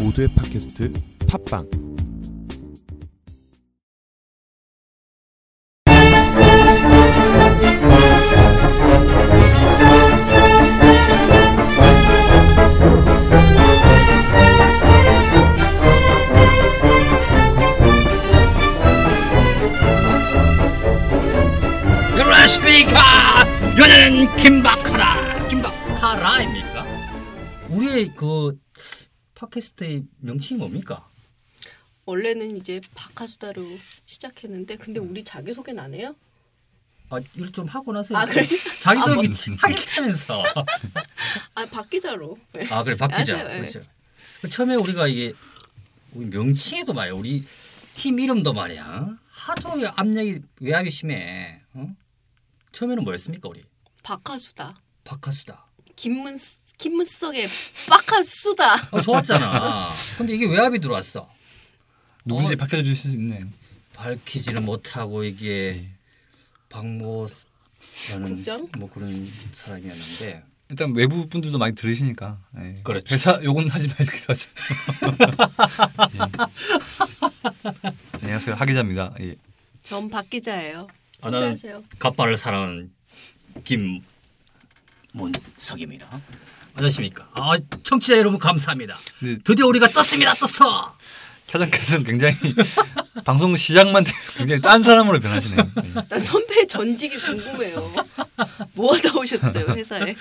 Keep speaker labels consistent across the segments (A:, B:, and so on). A: 모두의 팟캐스트 팟빵
B: 그렇습니까? 연예는 김박하라. 김박하라입니까? 우리의 그 팟캐스트의 명칭이 뭡니까?
C: 원래는 이제 박하수다로 시작했는데 근데
B: 음.
C: 우리 자기소개는 안 해요?
B: 아, 일 좀 하고 나서
C: 아 그래?
B: 자기소개 하겠다면서.
C: 아 박기자로 네.
B: 아, 그래 박 기자.
C: 맞아요, 예.
B: 그렇죠. 그 처음에 우리가 이게 우리 명칭에도 말이야. 우리 팀 이름도 말이야. 하도 이 압력이 외압이 심해. 어? 처음에는 뭐였습니까, 우리?
C: 박하수다
B: 박하수다.
C: 김문 김문석의 박하수다
B: 어, 좋았잖아. 근데 이게 외압이 들어왔어.
D: 누군지 밝혀줄 수 있는
B: 밝히지는 못하고 이게 박모라는
C: 국장?
B: 뭐 그런 사람이었는데
D: 일단 외부 분들도 많이 들으시니까 예.
B: 그렇죠.
D: 회사 욕은 하지 말기로 하죠. 예. 안녕하세요 하기자입니다. 예.
C: 전 박기자예요
B: 아, 나는-
C: 소개하세요
B: 갑발을 사랑하는 김문석입니다. 안녕하십니까? 아 청취자 여러분 감사합니다.
D: 근데
B: 드디어 우리가 떴습니다. 떴어.
D: 차장께서는 굉장히 방송 시작만 되면 굉장히 딴 사람으로 변하시네요. 예.
C: 난 선배 전직이 궁금해요 뭐 하다 오셨어요 회사에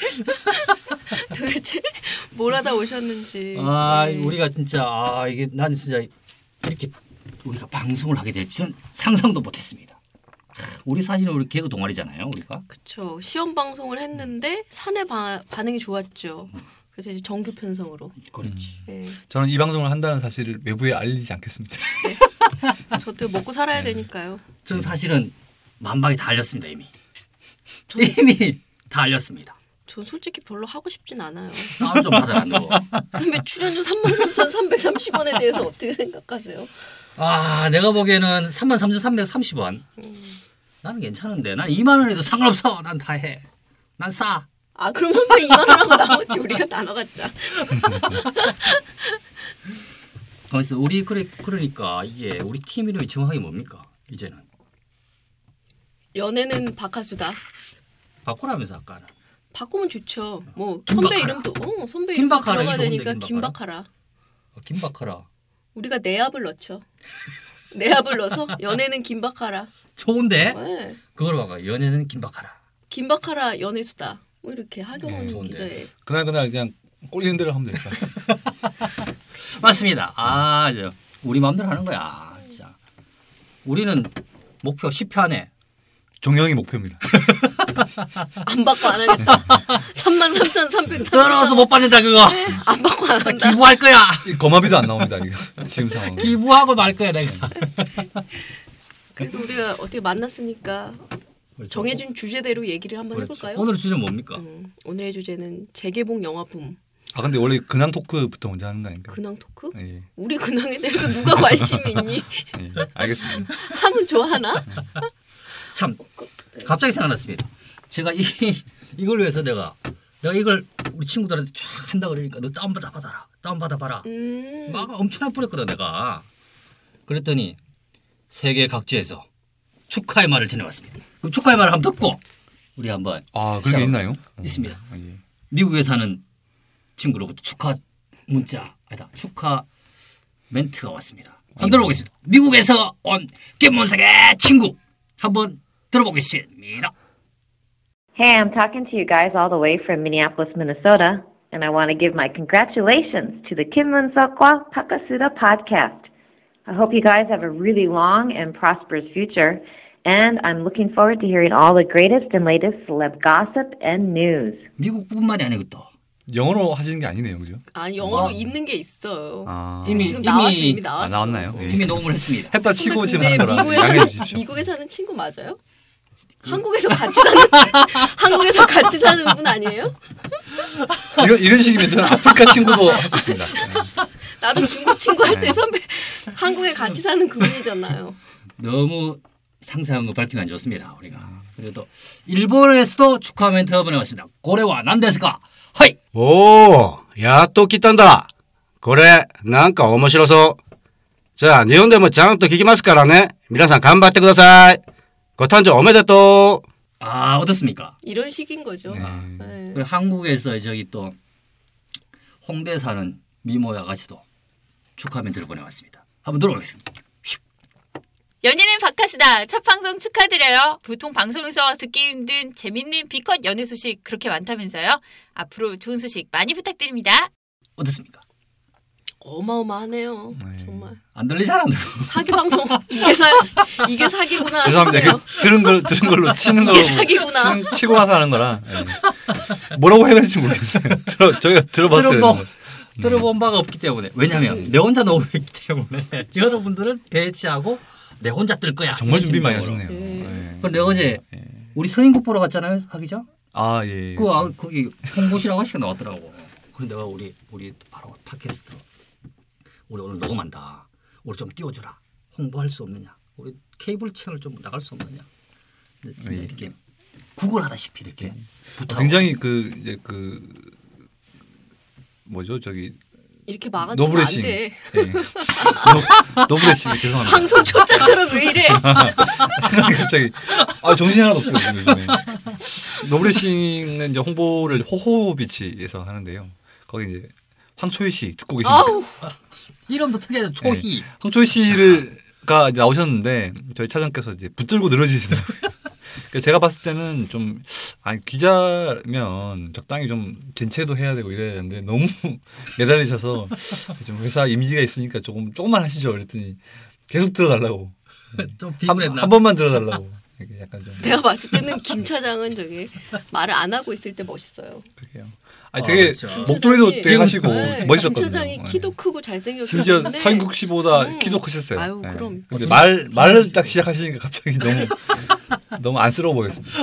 C: 도대체 뭘 하다 오셨는지
B: 아
C: 네.
B: 우리가 진짜 아 이게 난 진짜 이렇게 우리가 방송을 하게 될지는 상상도 못했습니다. 아, 우리 사실은 우리 개그 동아리잖아요. 우리가
C: 그쵸 시험 방송을 했는데 사내 바, 반응이 좋았죠 그래서 이제 정규 편성으로
B: 그렇지.
C: 네.
D: 저는 이 방송을 한다는 사실을 외부에 알리지 않겠습니다.
C: 저도 먹고 살아야
B: 네.
C: 되니까요
B: 저는 사실은 만방이 다 알렸습니다 이미.
C: 저는
B: 이미 다 알렸습니다.
C: 전 솔직히 별로 하고 싶진 않아요.
B: 싸움 좀 받아라 너.
C: 선배 출연료 33,330원에 대해서 어떻게 생각하세요?
B: 아 내가 보기에는 33,330원. 나는 괜찮은데 난 2만 원에도 상관없어. 난 다 해. 난 싸.
C: 아 그럼 선배 2만 원하고 나머지 우리가 나눠 갖자.
B: 그래서 우리 그래 그러니까 이게 우리 팀 이름이 정확하게 뭡니까 이제는
C: 연애는 박하수다.
B: 바꾸라면서 아까는
C: 바꾸면 좋죠. 뭐
B: 김박하라.
C: 선배 이름도 어, 선배 이름
B: 김박하라
C: 들어가야
B: 이거 좋은데,
C: 되니까
B: 김박하라.
C: 김박하라.
B: 어, 김박하라.
C: 우리가 내압을 넣죠. 내압을 넣어서 연애는 김박하라.
B: 좋은데
C: 네.
B: 그걸 봐봐 연애는 김박하라.
C: 김박하라 연애수다. 뭐 이렇게 하경원
B: 네, 좋은데.
C: 기자의
D: 그날 그날 그냥 꼴리는 대로 하면 될것 같아요.
B: 맞습니다. 아 이제 우리 마음대로 하는 거야. 자 우리는 목표 10회 안에
D: 종영이 목표입니다.
C: 안 받고 안 하겠다. 33,330.
B: 떨어서 뭐 아, 못 받는다 그거.
C: 네, 안 받고 안 한다.
B: 기부할 거야.
D: 이 거마비도 안 나옵니다 이거 지금 상황.
B: 기부하고 말 거야 내가.
C: 그래도 우리가 어떻게 만났으니까
D: 그렇죠.
C: 정해준 주제대로 얘기를 한번
B: 그렇죠.
C: 해볼까요?
B: 오늘 주제 뭡니까?
C: 음, 오늘의 주제는 재개봉 영화 붐
D: 아 근데 원래 근황 토크부터 먼저 하는 거 아닌가?
C: 근황 토크?
B: 그-
D: 예.
C: 우리 근황에 대해서 누가 관심이 있니?
D: 예. 알겠습니다.
B: 그
C: 하면 좋아하나?
B: 참
C: 어, 그, 네.
B: 갑자기 생각났습니다. 제가 이 이걸 위해서 내가 내가 이걸 우리 친구들한테 쫙 한다 그러니까 너 다운 받아 받아라 다운 받아 봐라
C: 음,
D: 뭐?
B: 막 엄청나게 뿌렸거든 내가 그랬더니 세계 각지에서 축하의 말을 전해왔습니다. 그럼 축하의 말을 한번 듣고 우리 한번
D: 아 그런 게 있나요?
B: 있습니다.
D: 어, 예.
B: 미국에 사는 친구로부터 축하 문자 아니다 축하 멘트가 왔습니다. 한번 들어보겠습니다. 미국에서 온 김문석의 친구 한번 들어보겠습니다.
E: Hey, I'm talking to you guys all the way from Minneapolis, Minnesota, and I want to give my congratulations to the Kim Sokwa Pakasuda podcast. I hope you guys have a really long and prosperous future, and I'm looking forward to hearing all the greatest and latest celeb gossip and news.
B: 미국뿐만이 아니고 또
D: 영어로 하시는 게 아니네요, 그죠?
C: 아 영어로
B: 아.
C: 있는 게 있어요.
D: 뭐? 아,
B: 이미-
C: 지금 나왔어
B: 이미-
C: 이미 나왔어.
D: 아, 나왔나요? 예.
B: 이미 녹음을 했습니다.
C: 선배,
D: 했다 치고 지금
C: 근데
D: 하는 거라
C: 미국에
D: 양해해
C: 사는,
D: 주십시오. 그
C: 미국에 사는 친구 맞아요? 한국에서 같이 사는 한국에서 같이 사는 분 아니에요?
D: 이런 이런 식이면 저는 아프리카 친구도 할 수 있습니다. 예.
C: 나도 중국 친구 할
D: 네.
C: 때 선배 한국에 같이 사는 그분이잖아요.
B: 너무 상세한 거 밝히면 안 좋습니다. 우리가 그래도 일본에서도 축하 멘트 보내왔습니다. 고래와 난데스가 하이
F: おお、やっと来たんだ。これ、なんか面白そう。じゃあ、日本でもちゃんと聞きますからね。皆さん頑張ってください。ご誕生おめでとう。
B: 아 어떻습니까?
C: 이런 식인 거죠.
D: 네.
C: 네.
B: 그리고 한국에서 저기 또 홍대 사는 미모 아가씨도 축하 멘트를 보내왔습니다. 한번 들어보겠습니다.
G: 연예는 바카스다. 첫 방송 축하드려요. 보통 방송에서 듣기 힘든 재밌는 비컷 연애 소식 그렇게 많다면서요. 앞으로 좋은 소식 많이 부탁드립니다.
B: 어떻습니까?
C: 어마어마하네요.
D: 네.
C: 정말
B: 안 들리잖아. 너.
C: 사기 방송 이게 사 이게 사기구나.
D: 죄송합니다.
C: 싶네요.
D: 그 들은 걸 들은 걸로 치는 걸로
C: 아, 이게 사기구나.
D: 치는- 치고 나서 하는 거라 예. 뭐라고 해야 될지 모르겠어요. 들어 저희가 들어봤어요.
B: 들어본,
D: 네.
B: 들어본 바가 없기 때문에 왜냐면 내 혼자 녹음했기 때문에 여러분들을 배치하고 내 혼자 뜰 거야.
D: 정말 준비 많이
B: 이런
D: 하셨네요.
C: 예.
D: 예.
B: 근데 어제
D: 예.
B: 우리 서인국 보러 갔잖아요, 사기죠?
D: 아 예.
B: 그 아, 거기 홍보시라고 아저씨가 나왔더라고. 그래서 내가 우리 우리 바로 팟캐스트 우리 오늘 녹음한다. 우리 좀 띄워주라. 홍보할 수 없느냐? 우리 케이블 채널 좀 나갈 수 없느냐? 근데 진짜
D: 예.
B: 이렇게 구걸하다시피 이렇게 부탁.
D: 굉장히 그 이제 그 뭐죠 저기
C: 이렇게 막아주면 안
D: 노브레싱.
C: 돼.
D: 예. 노- 노브레싱 죄송합니다.
C: 방송 초짜처럼 왜 이래?
D: 생각이 갑자기 아 정신 이 하나도 없어요 지금 요즘에 노브레싱은 이제 홍보를 호호비치에서 하는데요. 거기 이제 황초희 씨 듣고 계십니까?
C: 아우
B: 이름도 특이해서 초희.
D: 황초희 씨를가 이제 나오셨는데 저희 차장께서 이제 붙들고 늘어지시더라고요. 그러니까 제가 봤을 때는 좀 아니 기자면 적당히 좀 젠체도 해야 되고 이래야 되는데 너무 매달리셔서 좀 회사 이미지가 있으니까 조금 조금만 하시죠 그랬더니 계속 들어달라고
B: 좀
D: 예. 한,
B: 비굴했나?
D: 한 번만 들어달라고 이렇게 약간 좀
C: 내가 봤을 때는 김 차장은 저기 말을 안 하고 있을 때 멋있어요.
D: 그래요. 아니
B: 아,
D: 되게
B: 그렇죠.
D: 목도리도
C: 김
D: 되게 하시고
C: 네,
D: 멋있었거든요.
C: 김 차장이
D: 예.
C: 키도 크고 잘생겼고
D: 심지어
C: 그런데
D: 서인국 씨보다
C: 음.
D: 키도 크셨어요.
C: 아유,
D: 예.
C: 그럼.
D: 근데 말 말을 딱 시작하시니까 갑자기 너무 너무 안쓰러워 보였습니다.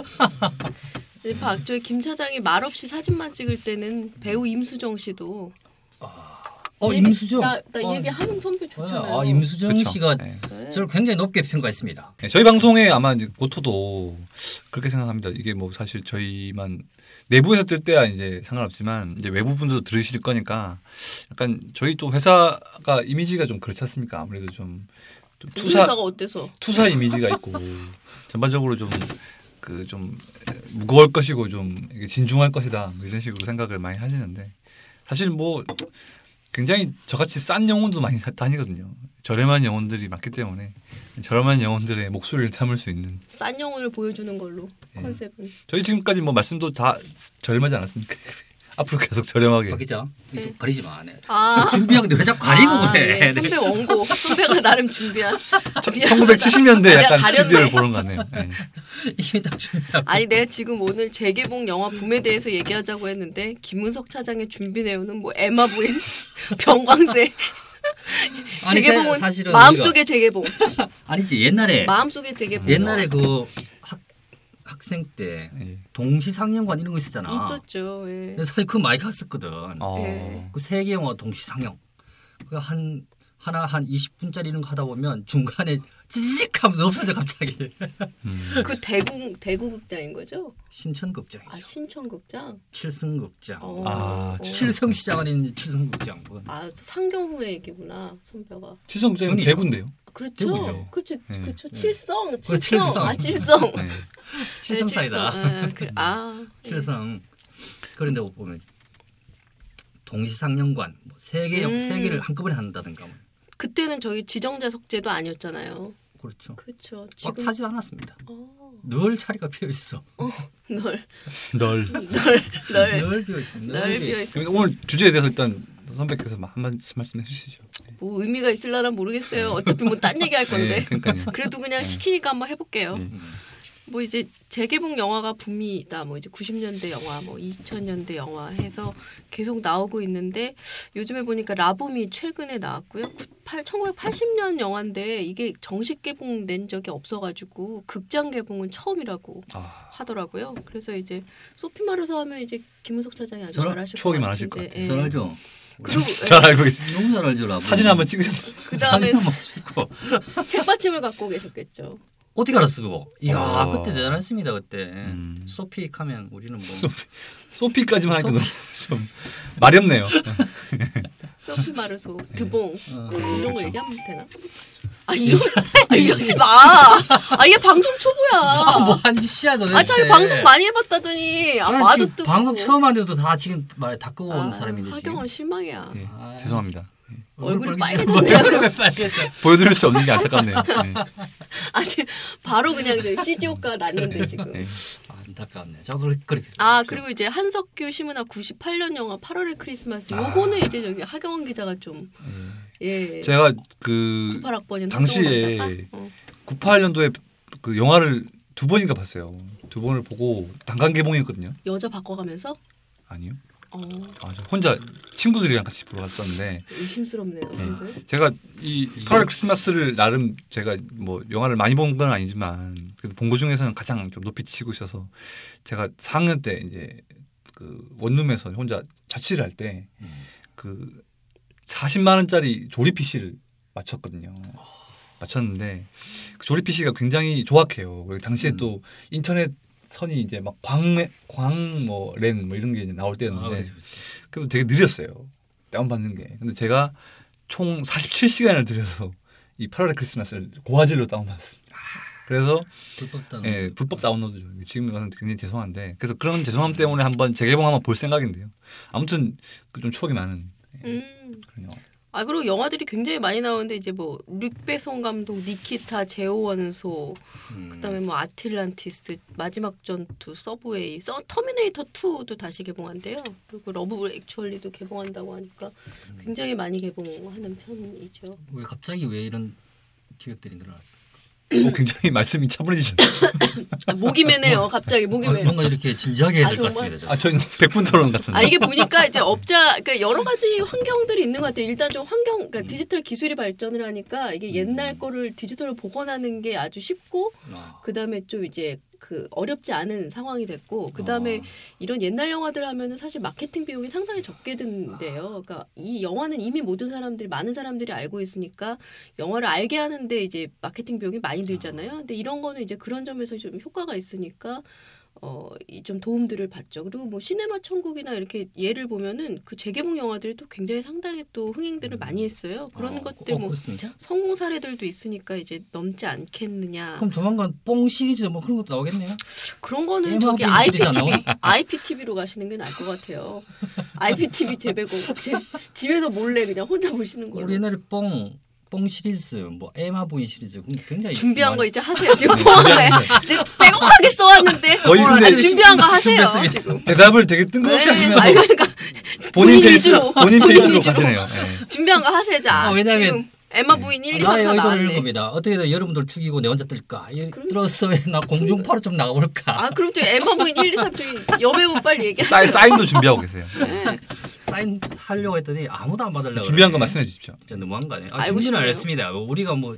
C: 이제 박조의 김 차장이 말 없이 사진만 찍을 때는 배우 임수정 씨도
B: 어
C: 얘기-
B: 임수정.
C: 나, 나
B: 어,
C: 얘기 하는 선배 좋잖아요.
B: 아 임수정
D: 그쵸?
B: 씨가
D: 예.
C: 네.
B: 저를 굉장히 높게 평가했습니다.
D: 예, 저희 방송에 아마 이제 고토도 그렇게 생각합니다. 이게 뭐 사실 저희만 내부에서 뜰 때야 이제 상관없지만 이제 외부 분들도 들으실 거니까 약간 저희 또 회사가 이미지가 좀 그렇지 않습니까? 아무래도 좀, 좀
C: 우리
D: 투사
C: 그 회사가 어때서?
D: 투사 이미지가 있고 전반적으로 좀 그 좀 무거울 것이고 좀 이게 진중할 것이다 뭐 이런 식으로 생각을 많이 하시는데 사실 뭐 굉장히 저같이 싼 영혼도 많이 다- 다니거든요 저렴한 영혼들이 많기 때문에 저렴한 영혼들의 목소리를 담을 수 있는
C: 싼 영혼을 보여주는 걸로
D: 예.
C: 컨셉은
D: 저희 지금까지 뭐 말씀도 다 저렴하지 않았습니까 앞으로 계속 저렴하게
B: 박 기자
C: 네.
B: 아, 좀 가리지 마. 네.
C: 아
B: 준비하는데 왜 자꾸 가리고
C: 아,
B: 그래?
C: 예, 선배 원고 선배가 나름 준비한 미안하다.
D: 1970년대 약간
C: 가렸네.
D: 스튜디오를 보는 것 같네요 예.
B: 이미 다 준비하고.
C: 아니 내가 지금 오늘 재개봉 영화 붐에 대해서 얘기하자고 했는데 김은석 차장의 준비 내용은 뭐 에마 부인 병광세
B: 아니,
C: 재개봉은
B: 사- 사실은
C: 마음속의 재개봉
B: 우리가- 아니지 옛날에
C: 마음속의 재개봉
B: 옛날에 그 학, 학생 때
D: 예.
B: 동시상영관 이런 거 있었잖아.
C: 있었죠 예.
B: 근데 사실 그 많이 갔었거든.
D: 어.
C: 예.
B: 그 세계 영화 동시상영. 그 한 하나 한 20분짜리 이런 거 하다 보면 중간에 찌직 하면서 없어져 갑자기.
D: 음.
C: 그 대구 대구 극장인 거죠 아
B: 신천극장이죠.
C: 신천극장
B: 칠성극장.
C: 어.
D: 아,
C: 어.
D: 칠성.
B: 칠성시장 아닌 칠성극장. 그건
C: 아 상경후의 얘기구나 선배가
D: 취성 쌤
B: 준이요.
D: 대구인데요
C: 그렇죠
B: 대구죠. 네.
C: 그렇죠
D: 예.
C: 그렇죠 칠성
B: 그래,
C: 칠성
B: 칠성. 네,
C: 아 칠성
D: 예.
B: 칠성사이다.
C: 네, 칠성. 예, 그래. 아, 예.
B: 실상 그런데 보면 동시상영관 뭐 세계 영
C: 음.
B: 세 개를 한꺼번에 한다든가 뭐.
C: 그때는 저희 지정자 석제도 아니었잖아요.
B: 그렇죠.
C: 그렇죠.
B: 꽉
C: 지금
B: 차지 않았습니다.
C: 어,
B: 늘 자리가 비어 있어.
C: 널,
D: 널
C: 널,
B: 늘 비어 있어.
C: 널 비어 있어.
D: 그럼 오늘 주제에 대해서 일단 선배께서 한 말씀 말씀해 주시죠.
C: 뭐 의미가 있을라나 모르겠어요. 어차피 뭐 딴 얘기 할 건데.
D: 예, 그러니까요.
C: 그래도 그냥
D: 네.
C: 시키니까 한번 해볼게요.
D: 네.
C: 뭐 이제 재개봉 영화가 붐이다. 뭐 이제 90년대 영화, 뭐 2000년대 영화 해서 계속 나오고 있는데 요즘에 보니까 라붐이 최근에 나왔고요. 98, 1980년 영화인데 이게 정식 개봉된 적이 없어가지고 극장 개봉은 처음이라고
D: 아,
C: 하더라고요. 그래서 이제 소피 마르소 하면 이제 김은석 차장이 아주
B: 저랑
C: 잘하실
D: 추억이
C: 것
D: 많으실
C: 같은데.
D: 것 같아요.
C: 예.
B: 잘 알죠.
C: 그리고 예,
D: 잘 알고 계세요.
B: 너무 잘 알죠. 라고.
D: 사진 한번 찍으셨어요.
C: 그다음에
B: 사진 한번 찍고
C: 책받침을 갖고 계셨겠죠.
B: 어떻게 알았어 그거? 이야
D: 아.
B: 그때 대단했습니다 그때.
D: 음.
B: 소피 하면 우리는 뭐
D: 소피까지만 해도 너무 좀 마렵네요.
C: 서피 마르소, 드봉
B: 어.
C: 뭐 이런 거
D: 그렇죠.
C: 얘기하면 되나? 아 이러지, 아, 이러지 마. 아 얘 방송 초보야.
B: 아, 뭐한지 씨야 너네.
C: 아 자기
B: 진짜.
C: 방송 많이 해봤다더니 아
B: 나는
C: 마도
B: 지금
C: 뜨고.
B: 방송 처음 하는데도 다 지금 말에 다 끄고 온
C: 아,
B: 사람인데 지금.
C: 하경원 실망이야.
D: 예,
B: 아.
D: 죄송합니다.
C: 얼굴이
B: 얼굴이 빨개져.
D: 보여드릴 수 없는 게 안타깝네요. 예.
C: 아니 바로 그냥 저 CG 효과 났는데 지금.
D: 예.
B: 아, 안타깝네. 저 그렇게 그렇게.
C: 아 그리고 이제 한석규 시문학 98년 영화 8월의
B: 아.
C: 크리스마스 요거는 이제 저기 하경원 기자가 좀예
D: 제가 그
C: 98학번인
D: 당시에
C: 어.
D: 98년도에 그 영화를 두 번인가 봤어요. 두 번을 보고 단간 개봉이었거든요.
C: 여자 바꿔가면서
D: 아니요.
C: 어
D: 아, 저 혼자 친구들이랑 같이 보러 갔었는데
B: 예.
C: 의심스럽네요 생각을.
D: 제가 이 8월 크리스마스를 나름 제가 뭐 영화를 많이 본 건 아니지만 그래도 본거 중에서는 가장 좀 높이 치고 있어서 제가 4학년 때 이제 그 원룸에서 혼자 자취를 할 때 그 40만 원짜리 조립 PC를 맞췄거든요. 맞췄는데 그 조립 PC가 굉장히 조악해요. 그리고 당시에
B: 음.
D: 또 인터넷 선이 이제 막 광광뭐랜뭐 이런 게 이제 나올
B: 그렇죠. 아,
D: 때였는데 그래서 되게 느렸어요. 다운받는 게. 근데 제가 총 47시간을 들여서 이 8월의 크리스마스를 고화질로 다운받았습니다. 그래서
B: 불법다.
D: 예, 불법 다운로드죠. 지금 와서 굉장히 죄송한데 그래서 그런 죄송함 때문에 한번 재개봉 한번 볼 생각인데요. 아무튼 그좀 추억이 많은 예,
C: 음.
D: 그런 영화.
C: 아 그리고 영화들이 굉장히 많이 나오는데 이제 뭐 릭배송 감독 니키타 제오원소 그다음에 뭐 아틀란티스 마지막 전투 서브웨이 서, 터미네이터 2도 다시 개봉한대요. 그리고 러브 액츄얼리도 개봉한다고 하니까 굉장히 많이 개봉하는 편이죠.
B: 왜 갑자기 왜 이런 기획들이 늘어났어?
D: 어, 굉장히 말씀이 차분해지셨네요.
C: 아, 목이 메네요. 갑자기 목이
B: 아, 뭔가,
C: 메.
B: 뭔가 이렇게 진지하게 해야
C: 아,
B: 될 것
C: 정말?
B: 같습니다.
D: 아 저희는 100분 토론
C: 아
D: 같은데.
C: 이게 보니까 이제 업자 그러니까 여러 가지 환경들이 있는 것 같아요. 일단 좀 환경 그러니까 디지털 기술이 발전을 하니까 이게 옛날 거를 디지털로 복원하는 게 아주 쉽고
B: 저. 아.
C: 그다음에 좀 이제 그 어렵지 않은 상황이 됐고 그다음에
B: 아.
C: 이런 옛날 영화들 하면은 사실 마케팅 비용이 상당히 적게 든대요. 그러니까 이 영화는 이미 모든 사람들이 많은 사람들이 알고 있으니까 영화를 알게 하는데 이제 마케팅 비용이 많이 들잖아요. 근데 이런 거는 이제 그런 점에서 좀 효과가 있으니까 어이좀 도움들을 받죠. 그리고 뭐 시네마 천국이나 이렇게 예를 보면은 그 재개봉 영화들이 또 굉장히 상당히 또 흥행들을 많이 했어요. 그런
B: 어,
C: 것들
B: 어,
C: 뭐
B: 그렇습니까?
C: 성공 사례들도 있으니까 이제 넘지 않겠느냐.
B: 그럼 조만간 뽕 시리즈 뭐 그런 것도 나오겠네요.
C: 그런 거는
B: 게임하고
C: 저기
B: 게임 시리즈 안
C: IPTV, IPTV로 가시는 게 나을 것 같아요. IPTV 재배곡 제- 집에서 몰래 그냥 혼자 보시는
B: 우리
C: 걸로
B: 옛날에 뽕. 뽕 시리즈, 뭐 에마보이 시리즈, 그럼 굉장히
C: 준비한 거
B: 많이-
C: 이제 하세요. 지금 포함해 지금 빼곡하게 써왔는데
D: 거의 근데
C: 아니, 준비한 거 하세요.
B: 준비했습니다.
C: 지금
D: 대답을 되게 뜬금없이
C: 네,
D: 하시면서 뭐
C: 아니, 그러니까
D: 본인
C: 본인
D: 페이스로
C: 위주로.
D: 본인
C: 본인
D: 페이스로
C: 위주로.
D: 가시네요. 예.
C: 준비한 거 하세요. 자
B: 아, 왜냐면- 네.
C: 지금 엠마 부인 1, 2,
B: 아, 나의
C: 3다
B: 의도를 읽은
C: 나왔네.
B: 겁니다. 어떻게든 여러분들 죽이고 내 혼자 뜰까? 예를
C: 그럼- 그
B: 들어서 나 공중파로 좀 나가볼까?
C: 아 그럼 저 엠마 부인 1, 2, 3 저기 여배우 빨리 얘기하세요.
D: 사인, 사인도 준비하고 계세요.
B: 사인 하려고 했더니 아무도 안 받으려고.
D: 준비한 거
B: 그러네.
D: 말씀해 주십시오.
B: 진짜 너무한 거 아니에요? 아,
C: 알고
B: 준비는 안
C: 싶네요.
B: 했습니다. 우리가 뭐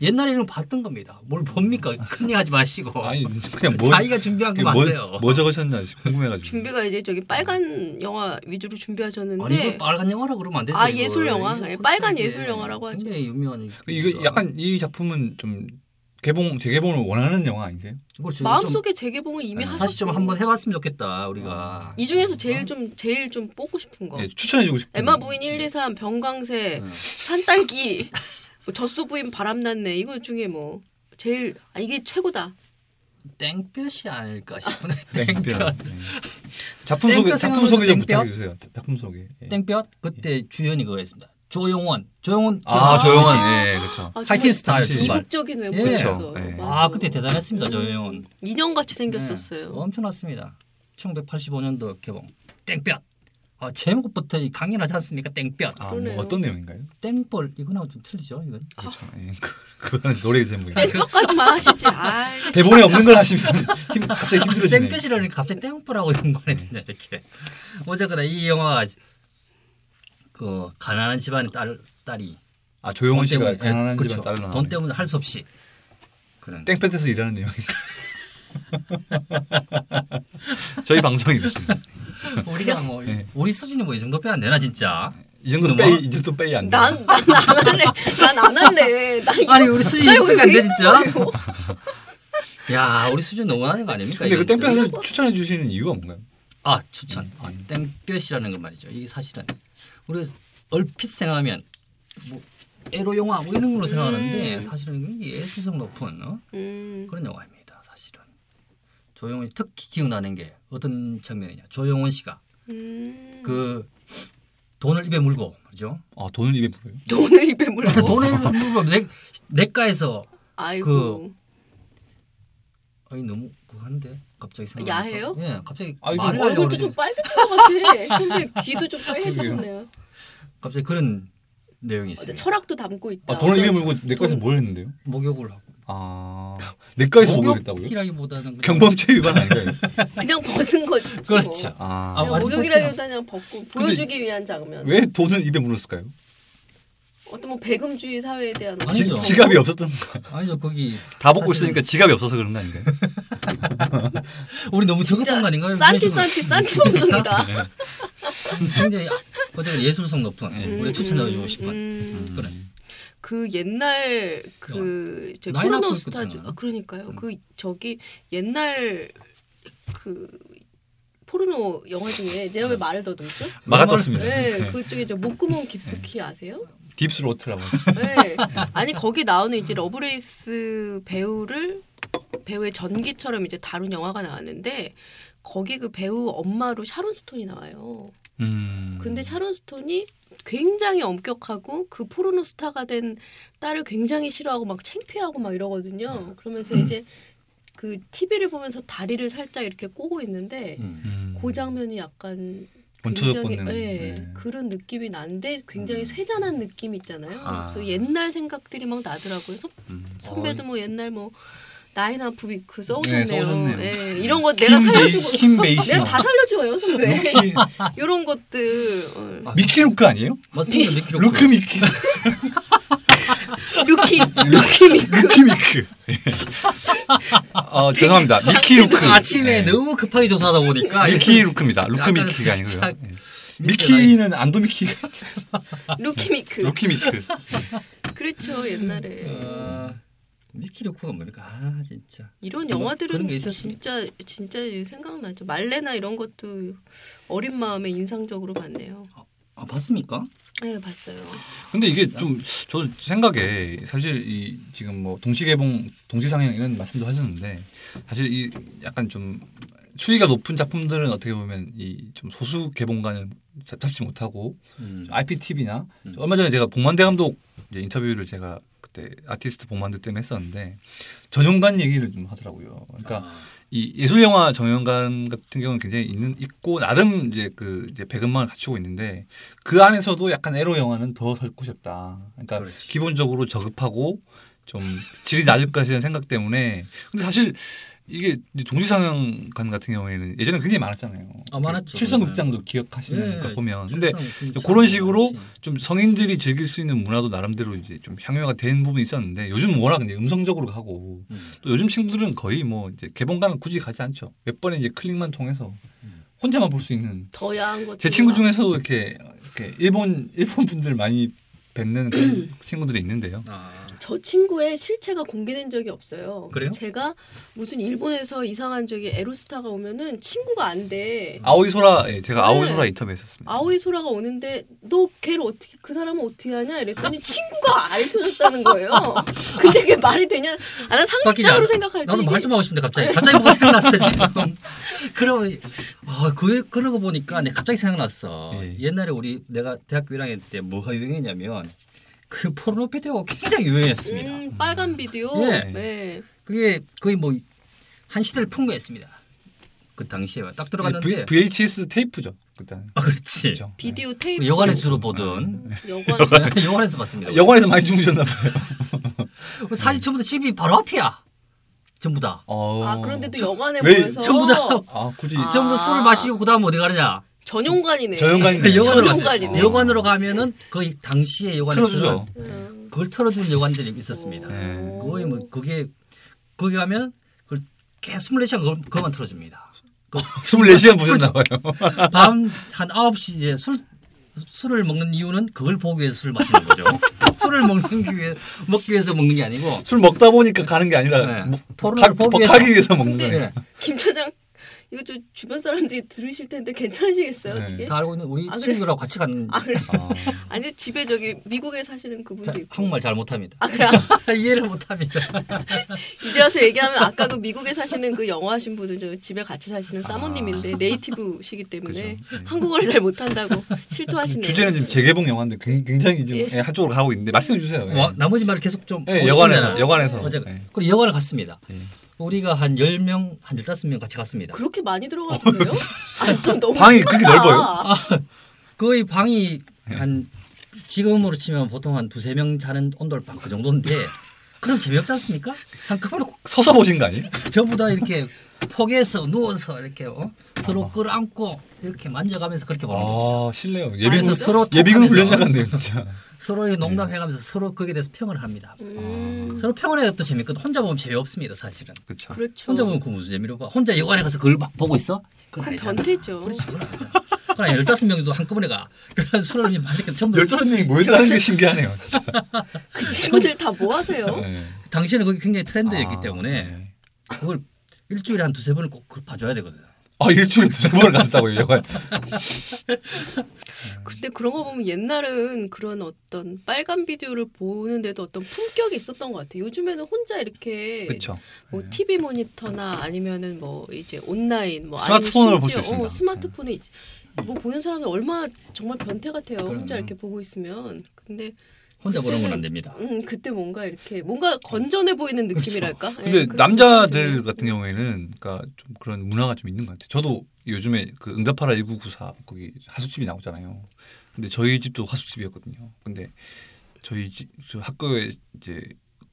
B: 옛날에는 봤던 겁니다. 뭘 봅니까? 큰일하지 마시고.
D: 아니 그냥 뭐
B: 자기가 준비한 거
D: 뭐,
B: 맞아요.
D: 뭐 적으셨나 궁금해가지고.
C: 준비가 이제 저기 빨간 영화 위주로 준비하셨는데
B: 아니 이거 빨간 영화라 그러면 안 되죠.
C: 아,
B: 이걸.
C: 예술 영화?
B: 이거
C: 예, 빨간
B: 그렇게
C: 예술 영화라고 하죠.
B: 굉장히 유명한.
D: 그
B: 그러니까
D: 이거 약간 이 작품은 좀 개봉 재개봉을 원하는 영화 아니세요?
B: 그렇죠. 좀
C: 마음속에 재개봉을 이미 하셨고
B: 다시 좀 한번 해봤으면 좋겠다
D: 아.
B: 우리가.
C: 이 중에서 제일 좀 제일 좀 뽑고 싶은
B: 어.
C: 거.
D: 예, 추천해주고 싶은.
C: 에마 부인 1, 2, 3, 병광세,
B: 네.
C: 산딸기, 뭐 젖소 부인 바람났네. 이거 중에 뭐 제일 아, 이게 최고다.
B: 땡볕이 아닐까 싶네.
D: 땡볕.
B: 땡볕.
D: 예. 작품 소개
B: 땡볕
D: 작품 소개
B: 생각하면
D: 좀
B: 땡볕?
D: 부탁해 주세요. 작품 소개. 예.
B: 땡볕 그때 주연이 그거였습니다. 조용원. 조용원.
D: 아
B: 기억나시죠?
D: 조용한 예 그렇죠.
C: 아, 정말
B: 하이틴 스타일
D: 당시-
B: 정말.
C: 이국적인
D: 그쵸,
C: 외모였어.
D: 예.
B: 아 그때 대단했습니다 조용원.
C: 인형같이
B: 네,
C: 생겼었어요.
B: 엄청났습니다. 1985년도 개봉. 땡볕. 아, 제목부터 이 강렬하지 않습니까? 땡볕.
D: 아, 뭐
C: 그러네요.
D: 어떤 내용인가요?
B: 땡벌 이거랑 좀 틀리죠 이건.
D: 그렇죠. 예. 그- 그거는 노래 제목이.
C: 땡볕까지만 하시지. 아, 이거
D: 대본에
C: 진짜.
D: 없는 걸 하시면 힘, 갑자기 힘들어지네.
B: 땡볕이라니 갑자기 땡벌하고 연관이 되냐 이렇게. 어쨌거나 이 영화가 그 가난한 집안의 딸 딸이
D: 아 조용원 씨가
B: 때문에, 예,
D: 가난한
B: 그쵸.
D: 집안 딸로
B: 돈
D: 나온.
B: 때문에 할 수 없이 그런
D: 땡볕에서 일하는 내용. 저희 방송이 됐습니다.
B: 우리가 뭐
D: 네.
B: 우리 수준이 뭐 이 정도 빼안 되나 진짜. 뭐?
D: 이 뭐? 정도
B: 너무-
D: 빼이 이 정도 빼이 안 돼.
C: 난, 난 안 할래. 난 안 할래. 나 이거
B: 아니 우리 수준이
C: 나 여기
B: 이렇게 안
C: 왜
B: 돼
C: 있는
B: 진짜.
C: 거예요?
B: 야 우리 수준 너무 하는 거 아닙니까?
D: 근데 그
B: 이게 진짜?
D: 땡볕을 추천해 주시는 이유가 뭔가요?
B: 아 추천 아, 땡볕이라는 건 말이죠. 이게 사실은 우리 얼핏 생각하면 뭐 에로 영화 뭐 이런 걸로 생각하는데
C: 음.
B: 사실은 이게 예술성 높은 어?
C: 음.
B: 그런 영화입니다. 사실은 조영훈이 특히 기억나는 게 어떤 장면이냐? 조영훈 씨가
C: 음.
B: 그 돈을 입에 물고 그죠?
D: 아 돈을 입에 물어요.
C: 돈을 입에 물고.
B: 그 돈을 입에 물고 내 내가에서 그
C: 아이고.
B: 아니 너무 그한데 갑자기 생각
C: 야해요?
B: 예, 갑자기
D: 아이고,
B: 말을 하려고
C: 얼굴도
B: 그러는데
C: 좀 빨개진 것 같아. 선배 귀도 좀 빨개지셨네요.
B: 갑자기 그런 내용이
C: 어제 네,
B: 있어요.
C: 철학도 담고 있다.
D: 아 돈을 입에 물고 내과에서 뭘 했는데요?
B: 목욕을 하고
D: 아 내과에서 목욕했다고요?
B: 목욕이라기보다는 그냥-
D: 경범죄 위반 아닌가요?
C: 그냥 벗은 거지. 뭐.
B: 그렇죠.
D: 아
B: 아,
C: 그냥
B: 완전
C: 목욕이라기보다 그냥 벗고 보여주기 위한 장면.
D: 왜 돈을 입에 물었을까요?
C: 어떤 뭐 배금주의 사회에 대한
D: 지,
B: 아니죠.
D: 지갑이 없었던 거.
B: 그렇죠. 아니죠 거기
D: 다 벗고
B: 사실은-
D: 있으니까 지갑이 없어서 그런 거 아닌가요?
B: 우리 너무
C: 진짜
B: 저급한 거 아닌가요? 네,
C: 산티 산티 산티 방송이다.
B: 근데 어쨌든 예술성 높은
D: 음,
B: 우리 네. 추천해주고 싶은
C: 음.
B: 그래.
C: 그 옛날 그 저기
B: 라인업
C: 포르노
B: 그렇게
C: 스타즈
B: 있잖아요.
C: 아 그러니까요.
B: 음.
C: 그 저기 옛날 그 포르노 영화 중에 내가
B: 음.
C: 왜 말을 더듬죠?
D: 막아떴습니다.
C: 네, 그쪽에 저 목구멍 깊숙이 아세요?
D: 딥스로트라고.
C: 네. 아니 거기 나오는 이제 러브레이스 배우를 배우의 전기처럼 이제 다룬 영화가 나왔는데 거기 그 배우 엄마로 샤론 스톤이 나와요.
D: 음.
C: 근데 샤론 스톤이 굉장히 엄격하고 그 포르노 스타가 된 딸을 굉장히 싫어하고 막 창피하고 막 이러거든요. 그러면서 이제 그 TV를 보면서 다리를 살짝 이렇게 꼬고 있는데
B: 음.
D: 음.
C: 그 장면이 약간
D: 원초적
C: 굉장히
D: 본능.
C: 예,
D: 네.
C: 그런 느낌이 난데 굉장히
D: 음.
C: 쇠잔한 느낌 있잖아요.
D: 아.
C: 그래서 옛날 생각들이 막 나더라고요. 선-
D: 음.
C: 선배도 뭐 옛날 뭐 나인 아프비 그
D: 네,
C: 써오셨네요.
D: 써오셨네요. 음. 네.
C: 예, 이런 거 내가
D: 킴 베이-
C: 살려주고
D: 킴 베이시.
C: 내가 다 살려줘요 선배.
D: 루키
C: 이런 것들 어.
D: 미키 루크 아니에요?
B: 맞습니다. 미키 루크.
D: 루크 미키.
C: 루키 루키 미크
D: 루키 미크. 어 죄송합니다. 미키 루크.
B: 아침에
D: 네.
B: 너무 급하게 조사하다 보니까
D: 미키 루크입니다.
B: 아,
D: 루크
B: 약간
D: 미키가 아니고요.
B: 살짝
D: 네. 미키는 안도 미키가
C: 루키
B: 네.
C: 미크
D: 루키 미크.
C: 그렇죠
D: 음.
C: 옛날에
B: 아, 미키 루크가 뭡니까? 아 진짜.
C: 이런
B: 뭐 그런
C: 영화들은
B: 게 있었습니다.
C: 진짜 진짜 생각나죠 말레나 이런 것도 어린 마음에 인상적으로 봤네요.
B: 아 봤습니까?
C: 네 봤어요.
D: 근데 이게
B: 네.
D: 좀 저도 생각에 사실 이 지금 뭐 동시 개봉, 동시 상영 이런 말씀도 하셨는데 사실 이 약간 좀 수위가 높은 작품들은 어떻게 보면 이 좀 소수 개봉관을 잡- 잡지 못하고
B: 음.
D: IPTV나
B: 음.
D: 얼마 전에 제가 복만대 감독 이제 인터뷰를 제가 그때 아티스트 복만대 때문에 했었는데 전용관 얘기를 좀 하더라고요. 그러니까 이 예술 영화 정연관 같은 경우는 굉장히 있는 있고 나름 이제 그 이제 배경망을 갖추고 있는데 그 안에서도 약간 에로 영화는 더 살고 싶다. 그러니까
B: 그렇지.
D: 기본적으로 저급하고 좀 질이 낮을 것이라는 생각 때문에 근데 사실 이게 이제 동시 상영관 같은 경우에는 예전에 굉장히 많았잖아요.
B: 아, 많았죠. 네.
D: 칠성극장도
B: 예.
D: 기억하시는 걸 그러니까 보면 근데
B: 근데
D: 그런 식으로 좀 성인들이 즐길 수 있는 문화도 나름대로 이제 좀 향유가 된 부분이 있었는데 요즘 워낙 이제 음성적으로 하고 또 요즘 친구들은 거의 뭐 이제 개봉관을 굳이 가지 않죠. 몇 번의 이제 클릭만 통해서
B: 음.
D: 혼자만 볼 수 있는
C: 더 야한 것.
D: 제 친구 중에서도 이렇게 이렇게 일본 일본 분들 많이 뵙는 그런 친구들이 있는데요.
B: 아,
C: 저 친구의 실체가 공개된 적이 없어요.
B: 그래요?
C: 제가 무슨 일본에서 이상한 저기 에로스타가 오면은 친구가 안 돼.
D: 아오이 소라 예, 제가 아오이
C: 네.
D: 소라 인터뷰했었습니다.
C: 아오이 소라가 오는데 너 걔를 어떻게 그 사람은 어떻게 하냐 이랬더니 친구가 알려줬다는 거예요. 근데 그게 말이 되냐? 아, 난 상식적으로 생각할 때
B: 나도 말
C: 이게
B: 좀 하고 싶은데 갑자기 갑자기 뭐가 생각났어 지금. 그럼 아그 그러고 보니까 내 갑자기 생각났어.
D: 예.
B: 옛날에 우리 내가 대학교 1학년 때 뭐가 유행했냐면 그 포르노 패드가 굉장히 유행했습니다.
C: 음, 빨간 비디오.
B: 예.
C: 네.
B: 그게 거의 뭐 한 시대를 풍부했습니다. 그 당시에 딱 들어갔는데
D: V- VHS 네, 테이프죠. 일단
B: 아 그렇지.
D: 예, 그, 그렇죠. 아,
C: 비디오 테이프.
B: 네. 여관에서 주로 보던 그
C: 여관.
B: 여관에서 봤습니다. 그
D: 네. 여관에서 많이 주무셨나 봐요.
B: 사실 처음부터 집이 바로 앞이야. 전부 다.
D: 어.
C: 아 그런데도 여관에
D: 왜
C: 모여서
B: 전부 다-
D: 아 굳이
C: 아.
B: 전부 술을 마시고 그다음 어디 가느냐?
C: 전용관이네.
D: 전용관이네.
B: 여관으로
C: 전용관이네.
B: 갔어요. 여관으로 가면은 거의 당시에 여관에서
D: 틀어주죠.
C: 음.
B: 그걸 틀어주는 여관들이 있었습니다.
D: 네.
B: 거의 뭐 그게 거기 가면 그걸 계속 24시간 그걸, 그것만 틀어줍니다.
D: 24시간
B: 그렇죠.
D: 보셨나 봐요.
B: 밤 한 9시 이제 술 술을 먹는 이유는 그걸 보기 위해서 술을 마시는 거죠. 술을 먹는 기 위해 먹기 위해서 먹는 게 아니고
D: 술 먹다 보니까 가는 게 아니라
B: 네.
D: 뭐,
B: 포르노를
D: 가-
B: 보기
D: 뭐
B: 위해서.
D: 가기
C: 네.
D: 위해서 먹는
C: 근데
D: 거예요.
B: 네.
C: 김 차장 이거 좀 주변 사람들이 들으실 텐데 괜찮으시겠어요?
D: 네.
C: 어떻게?
B: 다 알고 있는 우리
C: 아, 그래?
B: 친구들하고 같이 간
C: 아 그래.
D: 아,
C: 아니 집에 저기 미국에 사시는
B: 자,
C: 그분도 있고.
B: 한국말 잘 못합니다.
C: 아 그래.
B: 이해를 못합니다.
C: 이제 와서 얘기하면 아까 그 미국에 사시는 그 영어 하신 분은 저 집에 같이
B: 아.
C: 사시는 사모님인데 네이티브시기 때문에
D: 그죠. 네.
C: 한국어를 잘 못한다고 실토하시네요.
D: 주제는 지금 재개봉 영화인데 굉- 굉장히 지금
C: 예.
D: 예, 한쪽으로 가고 있는데 말씀해 주세요.
C: 네.
D: 예.
B: 와, 뭐, 나머지 말을 계속 좀.
D: 예,
B: 하고
D: 여관에서
B: 싶은데
D: 여관에서
B: 어제
D: 예.
B: 그리고 여관을 갔습니다.
D: 예.
B: 우리가 한 10명, 한 15명 같이 갔습니다.
C: 그렇게 많이
B: 네.
C: 들어가는데요? 아, 좀 너무
D: 방이 그렇게
C: 심하다.
D: 넓어요?
B: 거의 방이
D: 네.
B: 한 지금으로 치면 보통 한 두세 명 자는 온돌방 그 정도인데 그럼 재미없지 않습니까? 한꺼번에
D: 서서 보신 거 아니에요?
B: 전부 다 이렇게 포개서 누워서 이렇게 어? 서로 끌어안고 이렇게 만져가면서 그렇게 보는 거예요.
D: 아 실례요.
B: 그래서
D: 예비군 네.
B: 서로
D: 예비군
B: 톡하면서
D: 훈련장 같네요 진짜.
B: 서로 이렇게 농담해가면서 서로 거기에 대해서 평을 합니다.
C: 음,
B: 서로 평을 해야 또 재밌거든. 혼자 보면 재미없습니다, 사실은.
D: 그렇죠.
C: 그렇죠.
B: 혼자 보면 그 무슨 재미로 봐. 혼자 여관에 가서 그걸 막 보고 있어? 그건
C: 그럼
B: 아니잖아.
C: 변태죠.
B: 그렇지. 그건 아니잖아. 그건 한 15명도 한꺼번에 가. 그래서 술을 이렇게 맛있게 전부
D: 열다섯 명이 모였다는 게 신기하네요. 진짜.
C: 그 친구들 다 모아세요.
D: 예.
B: 당시에는 그게 굉장히 트렌드였기
D: 아,
B: 때문에
D: 예.
B: 그걸 일주일에 한 두세 번을 꼭 그걸 봐줘야 되거든요.
D: 아 일주일에 두세 번을 갔다고요 여관.
C: 근데 그런 거 보면 옛날은 그런 어떤 빨간 비디오를 보는데도 어떤 품격이 있었던 것 같아요. 요즘에는 혼자 이렇게
D: 그렇죠.
C: 뭐 TV 모니터나 아니면은 뭐 이제 온라인 뭐
D: 스마트폰으로
C: 아니면
D: 볼수
C: 심지어
D: 있습니다.
C: 어, 스마트폰에 이제 뭐 보는 사람들 얼마나 정말 변태 같아요. 혼자
D: 그럼요.
C: 이렇게 보고 있으면. 근데
B: 혼자 보는 건 안 됩니다.
C: 음 그때 뭔가 이렇게 뭔가 건전해 보이는 느낌이랄까? 예,
D: 그렇죠. 근데
C: 그런
D: 남자들
C: 느낌이
D: 같은 경우에는 그러니까 좀 그런 문화가 좀 있는 것 같아요. 저도 요즘에 그 응답하라 1994 거기 하숙집이 나오잖아요. 근데 저희 집도 하숙집이었거든요. 근데 저희 집, 저 학교에 이제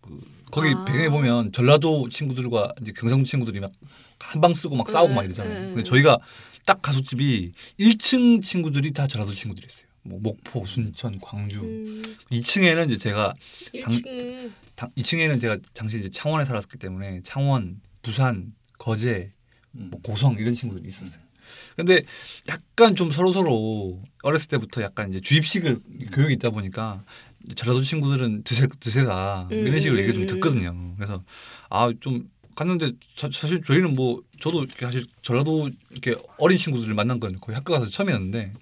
D: 그 거기
C: 아.
D: 배경에 보면 전라도 친구들과 이제 경상도 친구들이 막 한방 쓰고 막 싸우고
C: 네,
D: 막 이러잖아요.
C: 네.
D: 근데 저희가 딱 가수집이 1층 친구들이 다 전라도 친구들이었어요. 뭐 목포, 순천, 광주.
C: 음,
D: 2층에는 이제 제가 당-
C: 일찍에
D: 당, 2층에는 제가 당시 이제 창원에 살았기 때문에 창원, 부산, 거제, 뭐 고성 이런 친구들이 있었어요. 근데 약간 좀 서로서로 어렸을 때부터 약간 이제 주입식을 교육이 있다 보니까 전라도 친구들은 드세, 드세다 이런
C: 음.
D: 식으로 얘기를 좀 듣거든요. 그래서 아 좀 갔는데 자- 사실 저희는 뭐 저도 이렇게 사실 전라도 이렇게 어린 친구들을 만난 건 거의 학교 가서 처음이었는데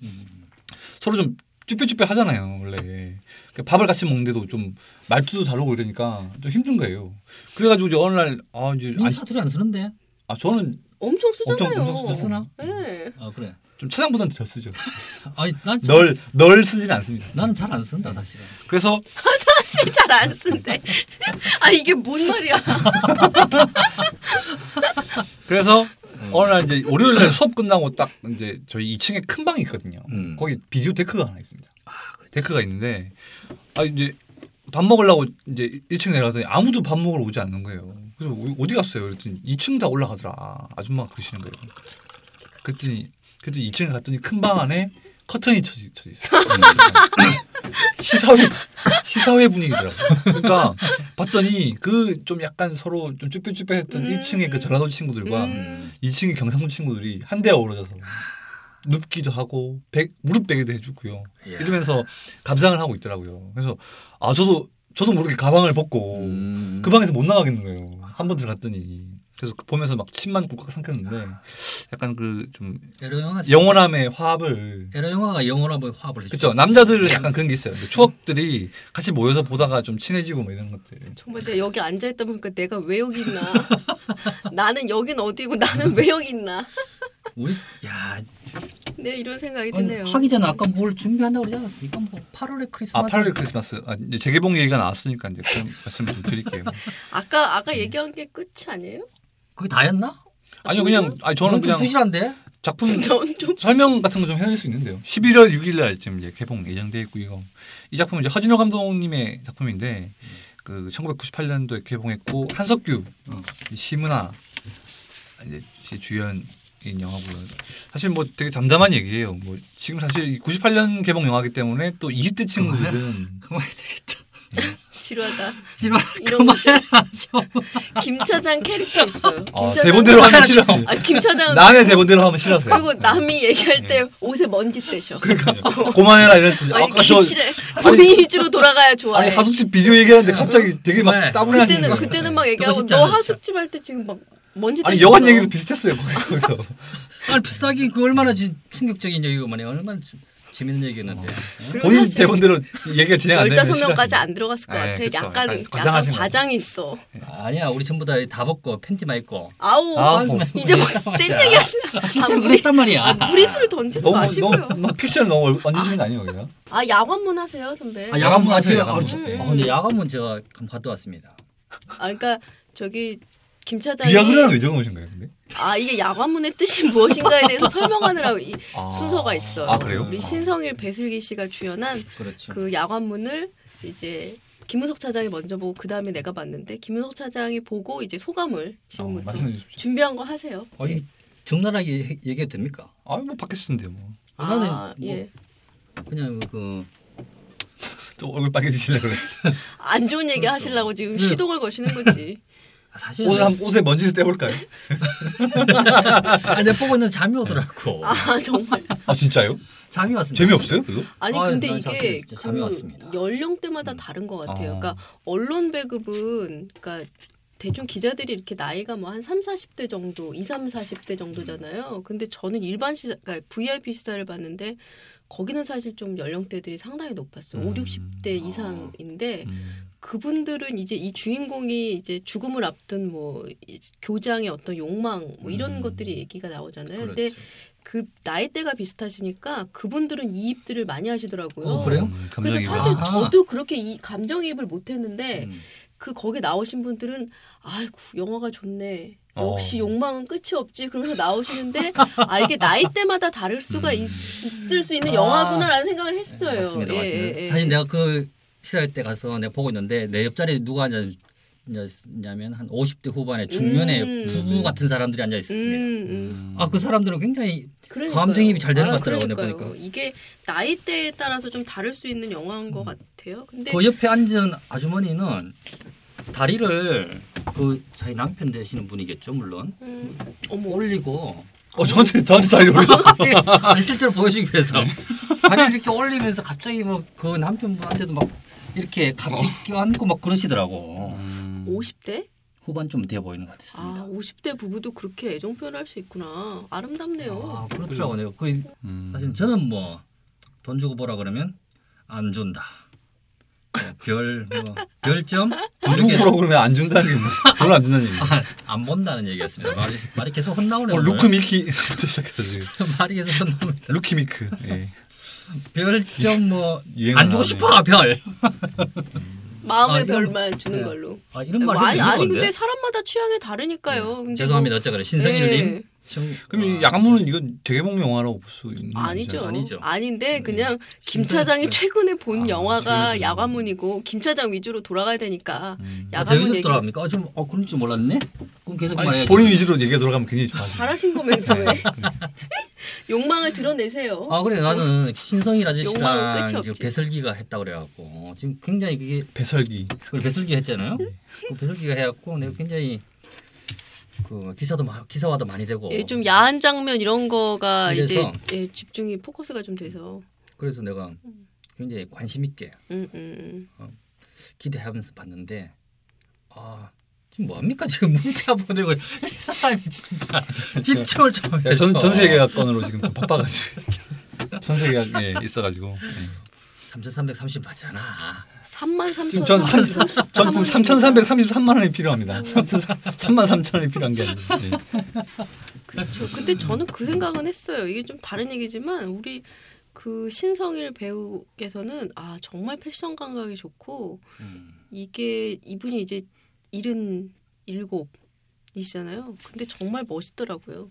D: 서로 좀 쭈뼛쭈뼛 하잖아요 원래 그러니까 밥을 같이 먹는데도 좀 말투도 다르고 이러니까 좀 힘든 거예요 그래가지고 이제 어느 날아 이제
B: 이
D: 안-
B: 사투리 안 쓰는데?
D: 아 저는
C: 엄청
D: 엄청
C: 쓰잖아요.
D: 엄청 쓰나
C: 예.
B: 아 그래.
D: 좀 차장보다는 덜 쓰죠
B: 아니 난 널...
D: 널 널 쓰진 않습니다
B: 나는 잘 안 쓴다 사실은.
D: 그래서
C: 사실 아, 잘 안 쓴대. 아 이게 뭔 말이야?
D: 그래서 어느 날 이제 월요일 날 수업 끝나고 딱 이제 저희 2층에 큰 방이 있거든요
B: 음.
D: 거기 비디오 데크가 하나 있습니다 데크가 있는데 아 이제 밥 먹으려고 이제 1층 내려갔더니 아무도 밥 먹으러 오지 않는 거예요. 그래서 어- 어디 갔어요? 그랬더니 2층 다 올라가더라. 아줌마가 그러시는 거예요. 그랬더니 그랬더니 2층에 갔더니 큰 방 안에 커튼이 쳐져 쳐져 있어요. 시사회 시사회 분위기더라고. 요 그러니까 봤더니 그 좀 약간 서로 좀 쭈뼛쭈뼛했던
C: 음.
D: 1층의 그 전라도 친구들과
C: 음.
D: 2층의 경상도 친구들이 한데 어우러져서 눕기도 하고 배- 무릎 베기도 해주고요.
B: 이야.
D: 이러면서 감상을 하고 있더라고요. 그래서 아 저도 저도 모르게 가방을 벗고 그 방에서 못 나가겠는 거예요. 한 번 들어갔더니 그래서 그 보면서 막 침만 꿀꺽 삼켰는데 약간 그 좀
B: 에러 영화
D: 영원함의 화합을
B: 에러 영화가 영어로 뭐 화합을 해줘.
D: 그렇죠. 남자들은 약간 그런 게 있어요. 그 추억들이 같이 모여서 보다가 좀 친해지고 뭐 이런 것들.
C: 정말 내가 여기 앉아 있다 보니까 내가 왜 여기 있나? 나는 여긴 어디고 나는 왜 여기 있나?
B: 우리 야
C: 네 이런 생각이
B: 아니,
C: 드네요.
B: 하기 전에 아까 뭘 준비한다고 그러지 않았습니까? 뭐 8월에
D: 아
B: 크리스마스.
D: 8월 크리스마스 아, 이제 재개봉 얘기가 나왔으니까 이제 그런 말씀 좀 드릴게요.
C: 아까 아까 얘기한 게 끝이 아니에요?
B: 그게 다였나?
D: 아니요 그냥
B: 그건
D: 아니 저는
B: 좀
D: 그냥
B: 부실한데.
D: 작품
C: 음, 좀 좀.
D: 설명 같은 거 좀 해드릴 수 있는데요. 11월 6일 날 지금 이제 개봉 예정돼 있고요. 이 작품은 이제 허진호 감독님의 작품인데 그 1998년도에 개봉했고 한석규, 어, 이 심은하 이제 시- 주연인 영화고요. 사실 뭐 되게 담담한 얘기예요. 뭐 지금 사실 이 98년 개봉 영화기 때문에 또 20대 친구들은
B: 그만해야 되겠다.
C: 지루하다.
B: 지루하.
C: 이런 거죠.
B: 좀.
C: 김 차장 캐릭터 있어요. 김
D: 아,
C: 차장.
D: 대본대로 하면 싫어.
C: 아, 김 차장.
D: 남의 대본대로 하면 싫어서요.
C: 그리고 남이 얘기할 때 옷에 먼지 떼셔.
D: 네. 그러니까요. 고만해라 이런 뜻.
C: 아니
D: 아까 저
C: 기실에 본인 위주로 돌아가야
D: 아니
C: 좋아해.
D: 하숙집 비디오 얘기하는데 갑자기 되게 막
B: 정말.
D: 따분해하시는
C: 그때는
D: 거예요.
C: 그때는 막
B: 듣고
C: 얘기하고
B: 싶지
C: 너
B: 않아, 진짜.
C: 하숙집 할 때 지금 막 뭔지
D: 아니
C: 다
D: 여관
C: 있어.
D: 얘기도 비슷했어요 뭐. 거기- 거기서.
B: 아 비슷하게 그 얼마나 지- 충격적인 얘기고 만약 얼마나 지- 재밌는 얘기였는데. 어?
C: 그리고
D: 본인
C: 사실
D: 대본대로 얘기가 진행 네, 안 되는
C: 15명까지 안 들어갔을 것
D: 예,
C: 같아.
D: 그쵸.
C: 약간,
D: 약간
C: 약간
D: 과장하신 것
C: 과장이 있어.
B: 아니야 우리 전부 다 다 벗고 팬티만 입고.
C: 아우,
B: 뭐.
D: 아,
C: 이제 막센 얘기 하시나.
B: 아, 진짜
C: 아, 무리-
B: 그랬단 말이야.
C: 아, 무리수를 던지지
D: 너무
C: 마시고요.
D: 너무 너무 픽션 너무 얼- 얹으시는 거 아니에요 여기가?
C: 아, 야관문 하세요, 선배.
B: 아,
C: 아,
B: 야간문
D: 야간문
B: 아직
D: 하세요,
B: 아,
D: 야간문.
B: 그렇죠.
D: 음.
B: 아, 근데 야간문 제가 한번 갔다 왔습니다.
C: 그러니까 저기 김 차장이
D: 비아그라는 왜 적어놓으신 거예요 근데?
C: 아, 이게 야관문의 뜻이 무엇인가에 대해서 설명하느라고 이
D: 아.
C: 순서가 있어요.
D: 아 그래요?
C: 우리 신성일 배슬기 씨가 주연한
B: 그렇죠.
C: 그 야관문을 이제 김문석 차장이 먼저 보고 그 다음에 내가 봤는데 김문석 차장이 보고 이제 소감을
D: 어,
C: 지금부터
D: 말씀해 주십시오.
C: 준비한 거 하세요.
B: 아니 적나라하게 얘- 얘기해도 됩니까?
D: 아뭐 바뀌었는데요 뭐.
B: 나는
C: 아,
B: 뭐-
C: 예.
B: 그냥 그
D: 또 얼굴 빨개지시려 그래.
C: 안 좋은 얘기 하시려고 지금 시동을 거시는 거지.
B: 아,
C: 네.
B: 사실
D: 옷 한, 옷에 먼지를 떼볼까요?
B: 아, 내가 보고 있는 잠이 오더라고.
C: 아, 정말.
D: 아 진짜요?
B: 잠이 왔습니다.
D: 재미없어요 별로?
C: 아니
B: 아,
C: 근데
B: 난 사실
C: 이게
B: 진짜 잠이 왔습니다. 음. 어.
C: 그 연령대마다 다른 것 같아요.
D: 아.
C: 그러니까 언론 배급은 그러니까 대충 기자들이 이렇게 나이가 뭐 한 3, 40대 정도, 2, 3, 40대
B: 음.
C: 정도잖아요. 근데 저는 일반 시사 그러니까 VIP 시사를 봤는데 거기는 사실 좀 연령대들이 상당히 높았어요.
D: 음.
C: 5, 60대
D: 아.
C: 이상인데
D: 음.
C: 그분들은 이제 이 주인공이 이제 죽음을 앞둔 뭐 이- 교장의 어떤 욕망 뭐 이런
D: 음.
C: 것들이 얘기가 나오잖아요.
B: 그렇죠.
C: 근데 그 나이대가 비슷하시니까 그분들은 이입들을 많이 하시더라고요.
B: 어, 그래요?
D: 음,
C: 그래서
D: 감정이
C: 사실
D: 막-
B: 아.
C: 저도 그렇게 이 감정이입을 못했는데
B: 음.
C: 그 거기 나오신 분들은 아이고 영화가 좋네.
D: 어.
C: 역시 욕망은 끝이 없지. 그러면서 나오시는데 아 이게 나이대마다 다를 수가 있, 을수 있는
B: 음. 아.
C: 영화구나라는 생각을 했어요.
B: 맞습니다,
C: 예,
B: 맞습니다.
C: 예, 예.
B: 사실 내가 그 시사회 때 가서 내가 보고 있는데 내 옆자리에 누가 앉았냐면 한 50대 후반의 중년의
C: 음.
B: 부부 같은 사람들이 앉아 있었습니다.
C: 음, 음.
D: 음.
B: 아 그 사람들은 굉장히
C: 그러니까요. 아,
B: 감정이입이 잘 되는 것 같더라고요,
C: 그러니까요.
B: 보니까.
C: 이게 나이대에 따라서 좀 다를 수 있는 영화인 것 같아요. 근데
B: 그 옆에 앉은 아주머니는 다리를 그 자기 남편 되시는 분이겠죠 물론
C: 음,
B: 어머 올리고
D: 어 저한테 저한테 다리 올려.
B: 아니, 실제로 보여주기 위해서
D: 네.
B: 다리를 이렇게 올리면서 갑자기 뭐 그 남편분한테도 막 이렇게
D: 어.
B: 같이 껴안고 막 그러시더라고
D: 음.
C: 50대?
B: 후반 좀 돼 보이는 것 같았습니다.
C: 아, 50대 부부도 그렇게 애정 표현할 수 있구나. 아름답네요.
B: 아, 그렇더라고요. 그
D: 음.
B: 사실 저는 뭐 돈 주고 보라 그러면 안 준다. 뭐 별, 뭐 별점
D: 돈 주고 보라고 그러면 안 준다는 게 뭐? 돈을 안 준다는 얘기.
B: 안 본다는 얘기였습니다. 말이, 말이 계속 혼나오네요.
D: 어, 루크 미키 시작해서
B: 말이 계속 혼나오네.
D: 루키 미크. 예.
B: 별점 뭐
D: 유행어
B: 안 주고
D: 나오네요.
B: 싶어 별.
C: 마음의
B: 아, 이런-
C: 별만 주는
B: 네.
C: 걸로.
B: 아, 이런 말
C: 아니,
B: 해도
C: 아니
B: 되는
C: 근데
B: 건데. 네.
C: 사람마다 취향이 다르니까요. 근데
B: 죄송합니다.
C: 뭐-
B: 어째 그래 신성일님.
C: 예.
B: 참-
D: 그럼 이
B: 아,
D: 야간문은 이건 재개봉 영화라고 볼 수 있는
C: 아니죠.
D: 거잖아요.
B: 음, 아니죠. 네.
C: 닌데 그냥 김
B: 신선-
C: 차장이
B: 네.
C: 최근에 본
D: 아,
C: 영화가
D: 최근에 본-
C: 야관문이고 김 차장 위주로 돌아가야 되니까
D: 음.
B: 아, 제가
C: 야간문
B: 여기서
C: 얘기
B: 돌아갑니까? 아, 좀, 어, 그런 줄 몰랐네? 그럼 계속
D: 아니,
B: 말해야지.
D: 본인 위주로 얘기가 돌아가면 굉장히 좋아하죠.
C: 잘하신 거면서 왜 욕망을 드러내세요.
B: 네. 아, 그래. 나는 신성일
C: 욕망은
B: 아저씨랑
C: 끝이
B: 지금
C: 없지.
B: 배설기가 했다 그래갖고. 지금 굉장히 그게
D: 배설기.
B: 그걸 배설기가 했잖아요. 그 배설기가 해갖고 내가 굉장히 그 기사도 마, 기사화도 많이 되고.
C: 예, 좀 야한 장면 이런 거가 이제
B: 뭐. 아, 그래서-
C: 예, 집중이 포커스가 좀 돼서
B: 그래서 내가 굉장히 관심 있게
C: 음, 음,
B: 기대하면서 봤는데 아 지금 뭐합니까 지금 문자 보내고 이 사람이 진짜 집중을 좀 해서.
D: 야, 전, 전 세계가 건으로 지금 좀 바빠가지고. 전 세계가 예, 있어가지고. 예.
B: 3,330 맞잖아.
C: 3만
D: 지금 전, 삼,
C: 3천
D: 전 지금 3,333만 원이 필요합니다. 3만 3천 원이 필요한 게 아니고. 예.
C: 그렇죠. 근데 저는 그 생각은 했어요. 이게 좀 다른 얘기지만 우리 그 신성일 배우께서는 아 정말 패션 감각이 좋고
D: 음.
C: 이게 이분이 이제 일흔 일곱이시잖아요. 근데 정말 멋있더라고요.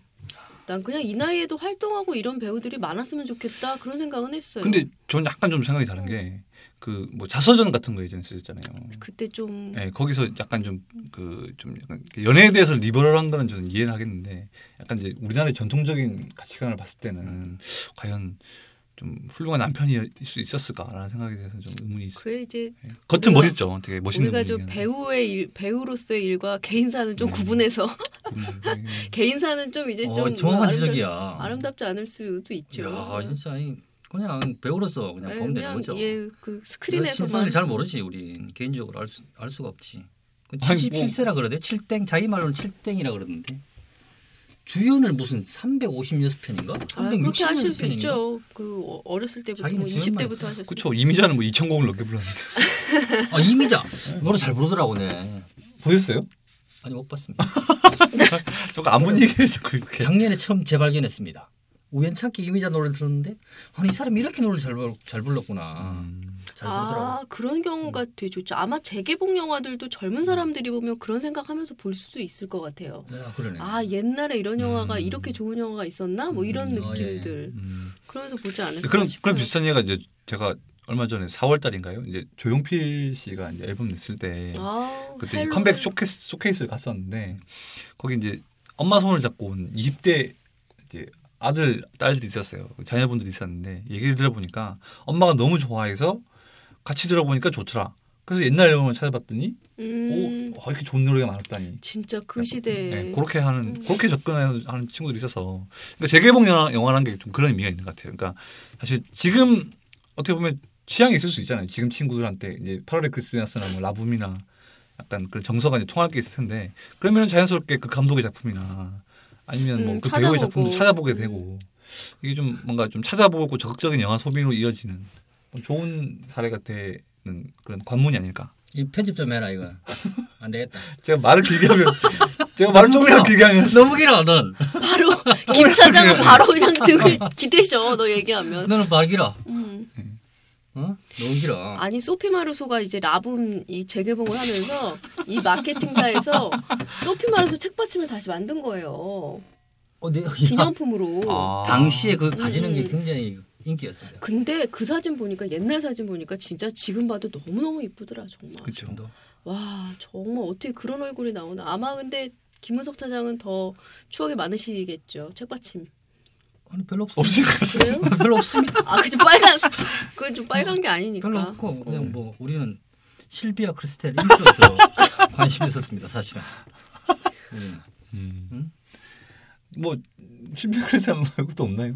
C: 난 그냥 이 나이에도 활동하고 이런 배우들이 많았으면 좋겠다 그런 생각은 했어요.
D: 근데 저는 약간 좀 생각이 다른 게 그 뭐 자서전 같은 거 예전에 쓰셨잖아요.
C: 그때 좀
D: 예, 거기서 약간 좀 그 좀 약간 연애에 대해서 리버럴한 거는 저는 이해는 하겠는데 약간 이제 우리나라의 전통적인 가치관을 봤을 때는 과연 좀 훌륭한 남편일 수 있었을까라는 생각에 대해서 좀 의문이 있어요. 예,
C: 그래 이제
D: 겉은
C: 우리가-
D: 멋있죠, 되게 멋있는
C: 우리가 좀
D: 분이긴
C: 배우의 일, 배우로서의 일과 개인사는 좀
D: 음.
C: 구분해서
D: 한데.
C: 개인사는 좀 이제 예, 좀
B: 어, 정확한
C: 아름답-
B: 지적이야.
C: 아름답지 않을 수도 있죠.
B: 야 진짜 이- 그냥 배우로서 그냥
C: 예,
B: 보면 되는
C: 그냥
B: 거죠.
C: 예, 그
B: 신선을
C: 스크린에서만
B: 잘 모르지 우리 개인적으로 알, 수, 알 수가 없지. 그
D: 아니, 뭐.
B: 77세라 그러대. 7땡 자기 말로는 7땡이라 그러는데 주연을 무슨 356편인가?
C: 아, 그렇게 하실 수
B: 360편인가?
C: 있죠. 그 어- 어렸을 때부터
B: 자기는
C: 뭐
B: 주연만
C: 20대부터 하셨어요.
D: 그쵸 이미자는 뭐 2천 곡을 넘게 불렀는데
B: 아 이미자 노래 잘 부르더라고네.
D: 보셨어요?
B: 아니 못 봤습니다.
D: 저거 안본 얘기를 자꾸 이렇게
B: 작년에 처음 재발견했습니다. 우연찮게 이미자 노래를 들었는데 아니 이 사람이 이렇게 노래를 잘, 불- 잘 불렀구나.
D: 음,
B: 잘 음. 부르더라고.
C: 아 그런 경우가 되게 좋죠. 아마 재개봉 영화들도
B: 음.
C: 젊은 사람들이 보면 그런 생각하면서 볼 수도 있을 것 같아요.
B: 야, 그러네.
C: 아 옛날에 이런 영화가
D: 음.
C: 이렇게 좋은 영화가 있었나? 뭐 이런
B: 음, 어, 예.
C: 느낌들
D: 음.
C: 그러면서 보지 않을까
D: 그런
C: 싶어요.
D: 그런 비슷한 얘기가 이제 제가 얼마 전에 4월 달인가요? 이제 조용필 씨가 이제 앨범 냈을 때
C: 아,
D: 그때 이제
C: 헬로를-
D: 컴백 쇼케이스 쇼케이스 갔었는데 거기 이제 엄마 손을 잡고 온 20대 이제 아들 딸들이 있었어요. 자녀분들이 있었는데 얘기를 들어보니까 엄마가 너무 좋아해서 같이 들어보니까 좋더라. 그래서 옛날 앨범을 찾아봤더니
C: 음,
D: 오 와, 이렇게 좋은 노래가 많았다니.
C: 진짜 그 시대
B: 네.
D: 예, 그렇게 하는
C: 음.
D: 그렇게 접근하는 친구들이 있어서 그러니까 재개봉 영화, 영화라는 게 좀 그런 의미가 있는 것 같아요. 그러니까 사실 지금 어떻게 보면 취향이 있을 수 있잖아요. 지금 친구들한테 이제 8월의 크리스마스나 뭐 라붐이나 약간 그런 정서가 이제 통할 게 있을 텐데 그러면 자연스럽게 그 감독의 작품이나 아니면
C: 음,
D: 뭐 그
C: 찾아보고.
D: 배우의 작품도 찾아보게 되고 이게 좀 뭔가 좀 찾아보고 적극적인 영화 소비로 이어지는 뭐 좋은 사례가 되는 그런 관문이 아닐까.
B: 이 편집 좀 해라 이거. 안 되겠다.
D: 제가 말을 길게 하면 제가 말을 조금이라도 길게 하면
B: 너무 길어 넌.
C: 바로 김 차장은 바로 그냥 등을 기대셔 너 얘기하면
B: 너는 말 길어.
C: 음.
B: 어? 너무 길어.
C: 아니 소피 마르소가 이제 라붐 이 재개봉을 하면서 이 마케팅사에서 소피 마르소 책받침을 다시 만든 거예요
B: 어, 내, 야,
C: 기념품으로
D: 네, 아.
B: 당시에 그 가지는 게
C: 음.
B: 굉장히 인기였습니다.
C: 근데 그 사진 보니까 옛날 사진 보니까 진짜 지금 봐도 너무너무 이쁘더라 정말
D: 그쵸.
B: 좀더
C: 와 정말 어떻게 그런 얼굴이 나오나 아마 근데 김은석 차장은 더 추억이 많으시겠죠 책받침
B: 아니 별로 없어.
D: 없을 것
C: 그래요?
D: 같아요.
B: 별로 없습니다.
C: 아 그 좀 빨간 그 좀 빨간 게 아니니까 어.
B: 별로 없고 그냥 뭐 우리는 실비아 크리스텔 인프로도 관심이 있었습니다 사실은. 우리는.
D: 음.
B: 음?
D: 뭐 신비한 크리스 말고도 없나요?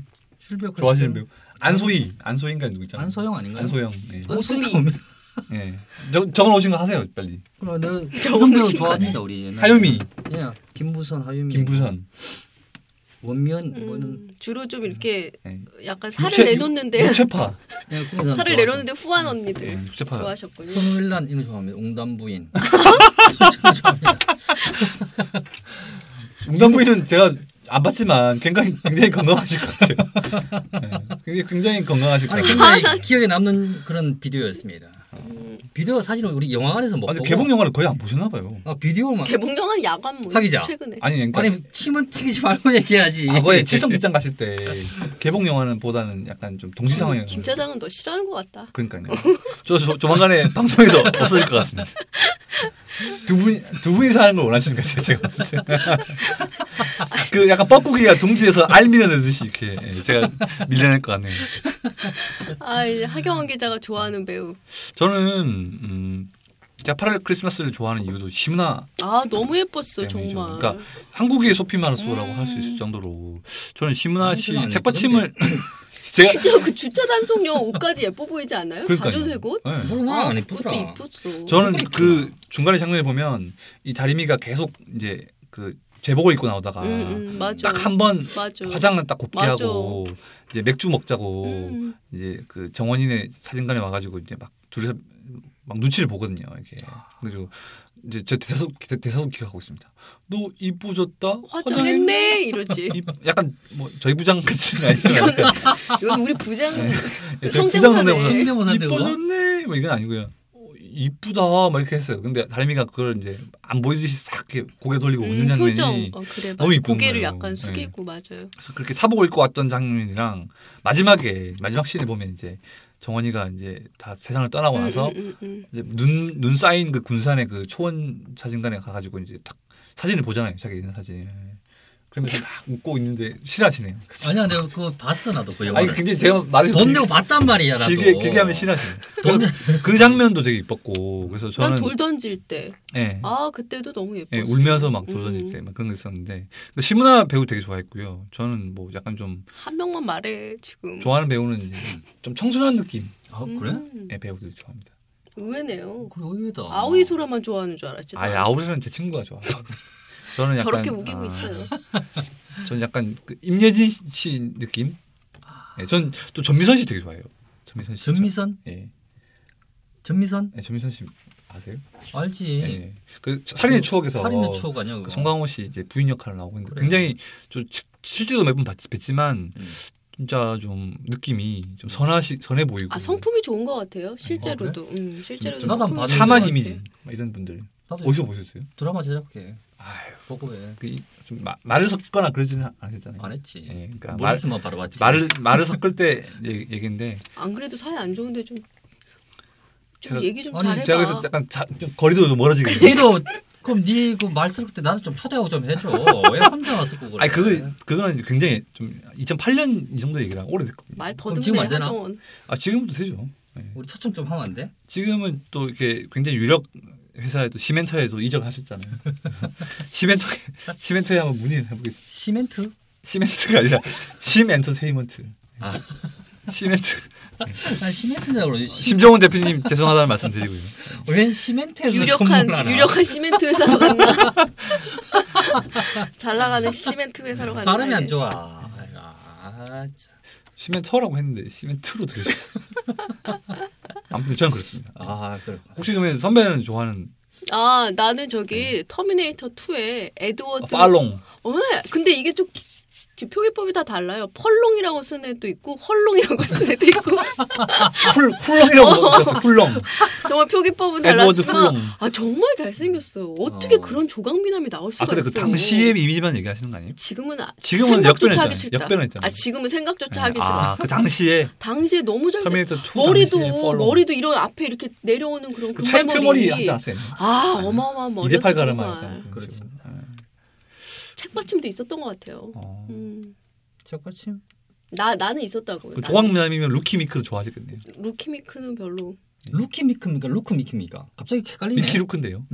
B: 실비아 크리스텔.
D: 좋아하시는 배우 안소희 안소희인가 누구 있잖아요.
B: 안소영 아닌가요?
D: 안소영. 네.
C: 어?
B: 오수미.
D: 예. 저 저건 오신 거 하세요 빨리.
B: 그럼 너 네,
C: 저거
B: 이런 배우
C: 오신
B: 좋아합니다 우리. 옛날에.
D: 하유미,
B: 예, 김부선, 하유미.
D: 김부선.
B: 원면
C: 음,
B: 뭐는
C: 주로 좀 이렇게
D: 예.
C: 약간 살을
D: 육체-
C: 내놓는데
D: 육체파.
B: 예, 그런 사람
C: 살을
B: 좋아하죠.
C: 내놓는데 후한 언니들
D: 예, 육체파.
C: 좋아하셨군요.
B: 손일란 이런 거 좋아합니다. 옹담부인.
D: 웅담부인은 제가 안 봤지만 굉장히 굉장히 건강하실 것 같아요. 예. 굉장히 굉장히 건강하실 것
C: 네.
B: 아니
D: 같아요.
B: 그렇죠. 굉장히 기억에 남는 그런 비디오였습니다.
C: 음.
B: 비디오 사실은 우리 영화관에서 못
D: 아니
B: 보고
D: 개봉 영화를 거의 안 보셨나 봐요.
B: 아 비디오만
C: 개봉 영화 야관 뭐
B: 하기자.
C: 최근에
D: 아니 그러니까
B: 아니 예. 침은 튀기지 말고 얘기해야지. 아,
D: 과거에 칠성극장 갔을 때 개봉 영화는 보다는 약간 좀 동시 상황이었어요.
C: 음, 김 차장은 너 싫어하는 것 같다.
D: 그러니까요. 저, 저 조만간에 방송에서 없어질 것 같습니다. 두분두 분이 사는 걸 원하시는 것 같아요. 제가 봤을 때. 그 약간 뻐꾸기가 둥지에서 알 밀어내듯이 이렇게 예, 제가 밀려낼 것 같네요.
C: 아 이제 하경원 기자가 좋아하는 배우.
D: 저는 음, 제가 8월 크리스마스를 좋아하는 이유도 시문화
C: 아 너무 예뻤어
D: 때문이죠.
C: 정말. 음.
D: 그러니까 한국의 소피 마르소라고 할 수 있을 정도로 저는 시문화 씨 책받침을 제가
C: 진짜 그 주차 단속용 옷까지 예뻐 보이지 않나요?
D: 그러니까요.
C: 자주색 뭐, 옷.
D: 예.
B: 모르나 안
C: 아,
B: 예쁘더라.
C: 그것도 이뻤어.
D: 저는 그 중간에 장면에 보면 이 다리미가 계속 이제 그 제복을 입고 나오다가
C: 음, 음, 맞아.
D: 딱 한 번
C: 맞아.
D: 화장은 딱 곱게
C: 맞아.
D: 하고 이제 맥주 먹자고
C: 음,
D: 이제 그 정원인의 사진관에 와가지고 이제 막 둘이서 막 눈치를 보거든요. 이렇게
C: 아.
D: 그리고 이제 저 대사속 대사속 기억하고 있습니다. 너 이뻐졌다.
C: 화장했네 이러지.
D: 화장했네? 이- 약간 뭐 저희 부장 같은 아니잖아요.
C: 이건 우리 부장
D: 네,
C: 성대모사네.
B: 성대모사인데, 그거?
D: 이뻐졌네. 뭐 이건 아니고요. 어, 이쁘다 막 이렇게 했어요. 근데 다리미가 그걸 이제 안 보이듯이 싹 이렇게 고개 돌리고 웃는
C: 음,
D: 장면이
C: 표정. 어, 그래.
D: 그 너무
C: 맞아.
D: 이쁜
C: 고개를
D: 거예요. 네.
C: 약간 숙이고 맞아요.
D: 그래서 그렇게 사복을 입고 왔던 장면이랑 마지막에 마지막 씬에 보면 이제 정원이가 이제 다 세상을 떠나고 나서
C: 음, 음, 음,
D: 이제 눈, 눈 쌓인 그 군산의 그 초원 사진관에 가가지고 이제 딱 사진을 보잖아요. 자기 있는 사진을. 그러면서 막 웃고 있는데 싫어하시네요.
B: 아니야 내가 그거 봤어 나도 그
D: 아니,
B: 영화를.
D: 굉장히 제가 말을
B: 돈
D: 길-
B: 내고 봤단 말이야 나도.
D: 길게, 길게 하면 싫어하시네요. 그래서 그 장면도 되게 이뻤고 그래서
C: 난
D: 저는
C: 돌 던질 때.
D: 예,
C: 아 그때도 너무 예뻤어.
D: 예, 울면서 막 돌던질
C: 음.
D: 때막 그런 게 있었는데 근데 심은하 배우 되게 좋아했고요. 저는 뭐 약간 좀
C: 한 명만 말해 지금.
D: 좋아하는 배우는 이제 좀 청순한 느낌의
B: 아 그래? 어.
C: 음.
D: 배우들이 예, 좋아합니다.
C: 의외네요.
B: 그래 의외다.
C: 아오이 소라만 좋아하는 줄 알았지.
D: 아예 아우리는 제 친구가 좋아. 저는 약간
C: 저렇게 우기고
D: 아,
C: 있어요.
D: 저는 약간 그 임예진 씨 느낌. 예, 전또 전미선 씨 되게 좋아해요. 전미선 씨.
B: 전미선?
D: 예.
B: 전미선?
D: 예, 전미선 씨 아세요?
B: 알지.
D: 예. 예. 그 살인의 추억에서
B: 살인의 추억 아니야. 그거.
D: 그 송강호 씨 이제 부인 역할을 나오고 있는데
B: 그래.
D: 굉장히 저 시- 실제로 몇 번 뵀지만
B: 음.
D: 진짜 좀 느낌이 좀 선하시 선해 보이고
C: 아 성품이 좋은 것 같아요. 실제로도. 음, 실제로도
D: 좀
B: 나도 안
C: 성품이
B: 봤는데.
C: 좋은
D: 참한
C: 것
D: 이미지
C: 같아요.
D: 막 이런 분들
B: 나도
D: 어디서 보셨어요?
B: 드라마 제작해.
D: 아유
B: 보고해.
D: 그 이- 좀 마- 말을 섞거나 그러지는 않았잖아요.
B: 안 했지.
D: 예, 그러니까 말,
B: 머리스만 바로 봤지.
D: 말을 말을 섞을 때 얘- 얘기인데
C: 안 그래도 사이 안 좋은데 좀. 좀
D: 제가-
C: 얘기 좀
B: 아니,
C: 음. 잘해봐.
D: 제가 그래서 약간 자, 좀 거리도 좀 멀어지게.
B: 니도 그럼 니그말쓸때 나도 좀 초대하고 좀 해줘. 왜 혼자 왔을 거고 그래.
D: 아니 그거 그거는 이제 굉장히 좀 2008년 이 정도 얘기랑 오래됐거든요.
C: 말
B: 그럼 지금
C: 더듬네
B: 안 되나?
C: 한동원.
D: 아 지금도 되죠. 예.
B: 우리 초청 좀 하면 안 돼?
D: 지금은 또 이렇게 굉장히 유력 회사에 또 시멘터에도 이적을 하셨잖아요. 시멘터 시멘터에 한번 문의를 해보겠습니다.
B: 시멘트?
D: 시멘트가 아니라 심엔터테인먼트.
B: 아.
D: 시멘트.
B: 난 시멘트냐고 그러지. 시-
D: 심정훈 대표님 죄송하다는 말씀드리고요.
B: 웬 시멘트에서
C: 유력한
B: 선물을 하나?
C: 유력한 시멘트 회사로 갔나? 잘 나가는 시멘트 회사로 갔나?
B: 발음이 안
C: 이제.
B: 좋아. 아, 참.
D: 시멘터라고 했는데 시멘트로 들으셨. 아무튼 저는 그렇습니다.
B: 아, 그래.
D: 혹시 그러면 선배는 좋아하는
C: 아 나는 저기 터미네이터 2에 에드워드.
D: 팔롱
C: 어, 근데 이게 좀 기- 기- 표기법이 다 달라요. 펄롱이라고 쓰는 애도 있고 헐롱이라고 쓰는 애도 있고
D: 훌 훌렁이라고 그랬어요. 훌렁.
C: 정말 표기법은
D: 에드워드
C: 달랐지만
D: 훌렁.
C: 아 정말 잘생겼어. 어떻게
B: 어.
C: 그런 조각미남이 나올 수가
D: 아 근데
C: 있어.
D: 그 당시의 이미지만 얘기하시는 거 아니에요?
C: 지금은 아-
D: 지금은
C: 생각조차
D: 역변했잖아요.
C: 하기 싫다.
D: 역변했잖아요. 네.
C: 아 지금은 생각조차 하기 싫어.
D: 아그 당시에
C: 당시에 너무 잘생.
D: 터미네이터 2 당시에
C: 머리도
D: 팔롱.
C: 머리도 이런 앞에 이렇게 내려오는 그런
D: 그 차인표 머리 하지
C: 아
D: 않았어요?
C: 어마어마한 머리.
D: 208 가르마.
B: 그렇지.
C: 책받침도 있었던 것 같아요.
D: 네. 어.
C: 음.
B: 책받침?
C: 나 나는 있었다고요.
D: 그 조각미남이면 루키 미크도 좋아하시겠네요.
C: 루키미크는 별로.
B: 루키 미크입니까? 루크 미키입니까? 갑자기 헷갈리네.
D: 미키 루크인데요.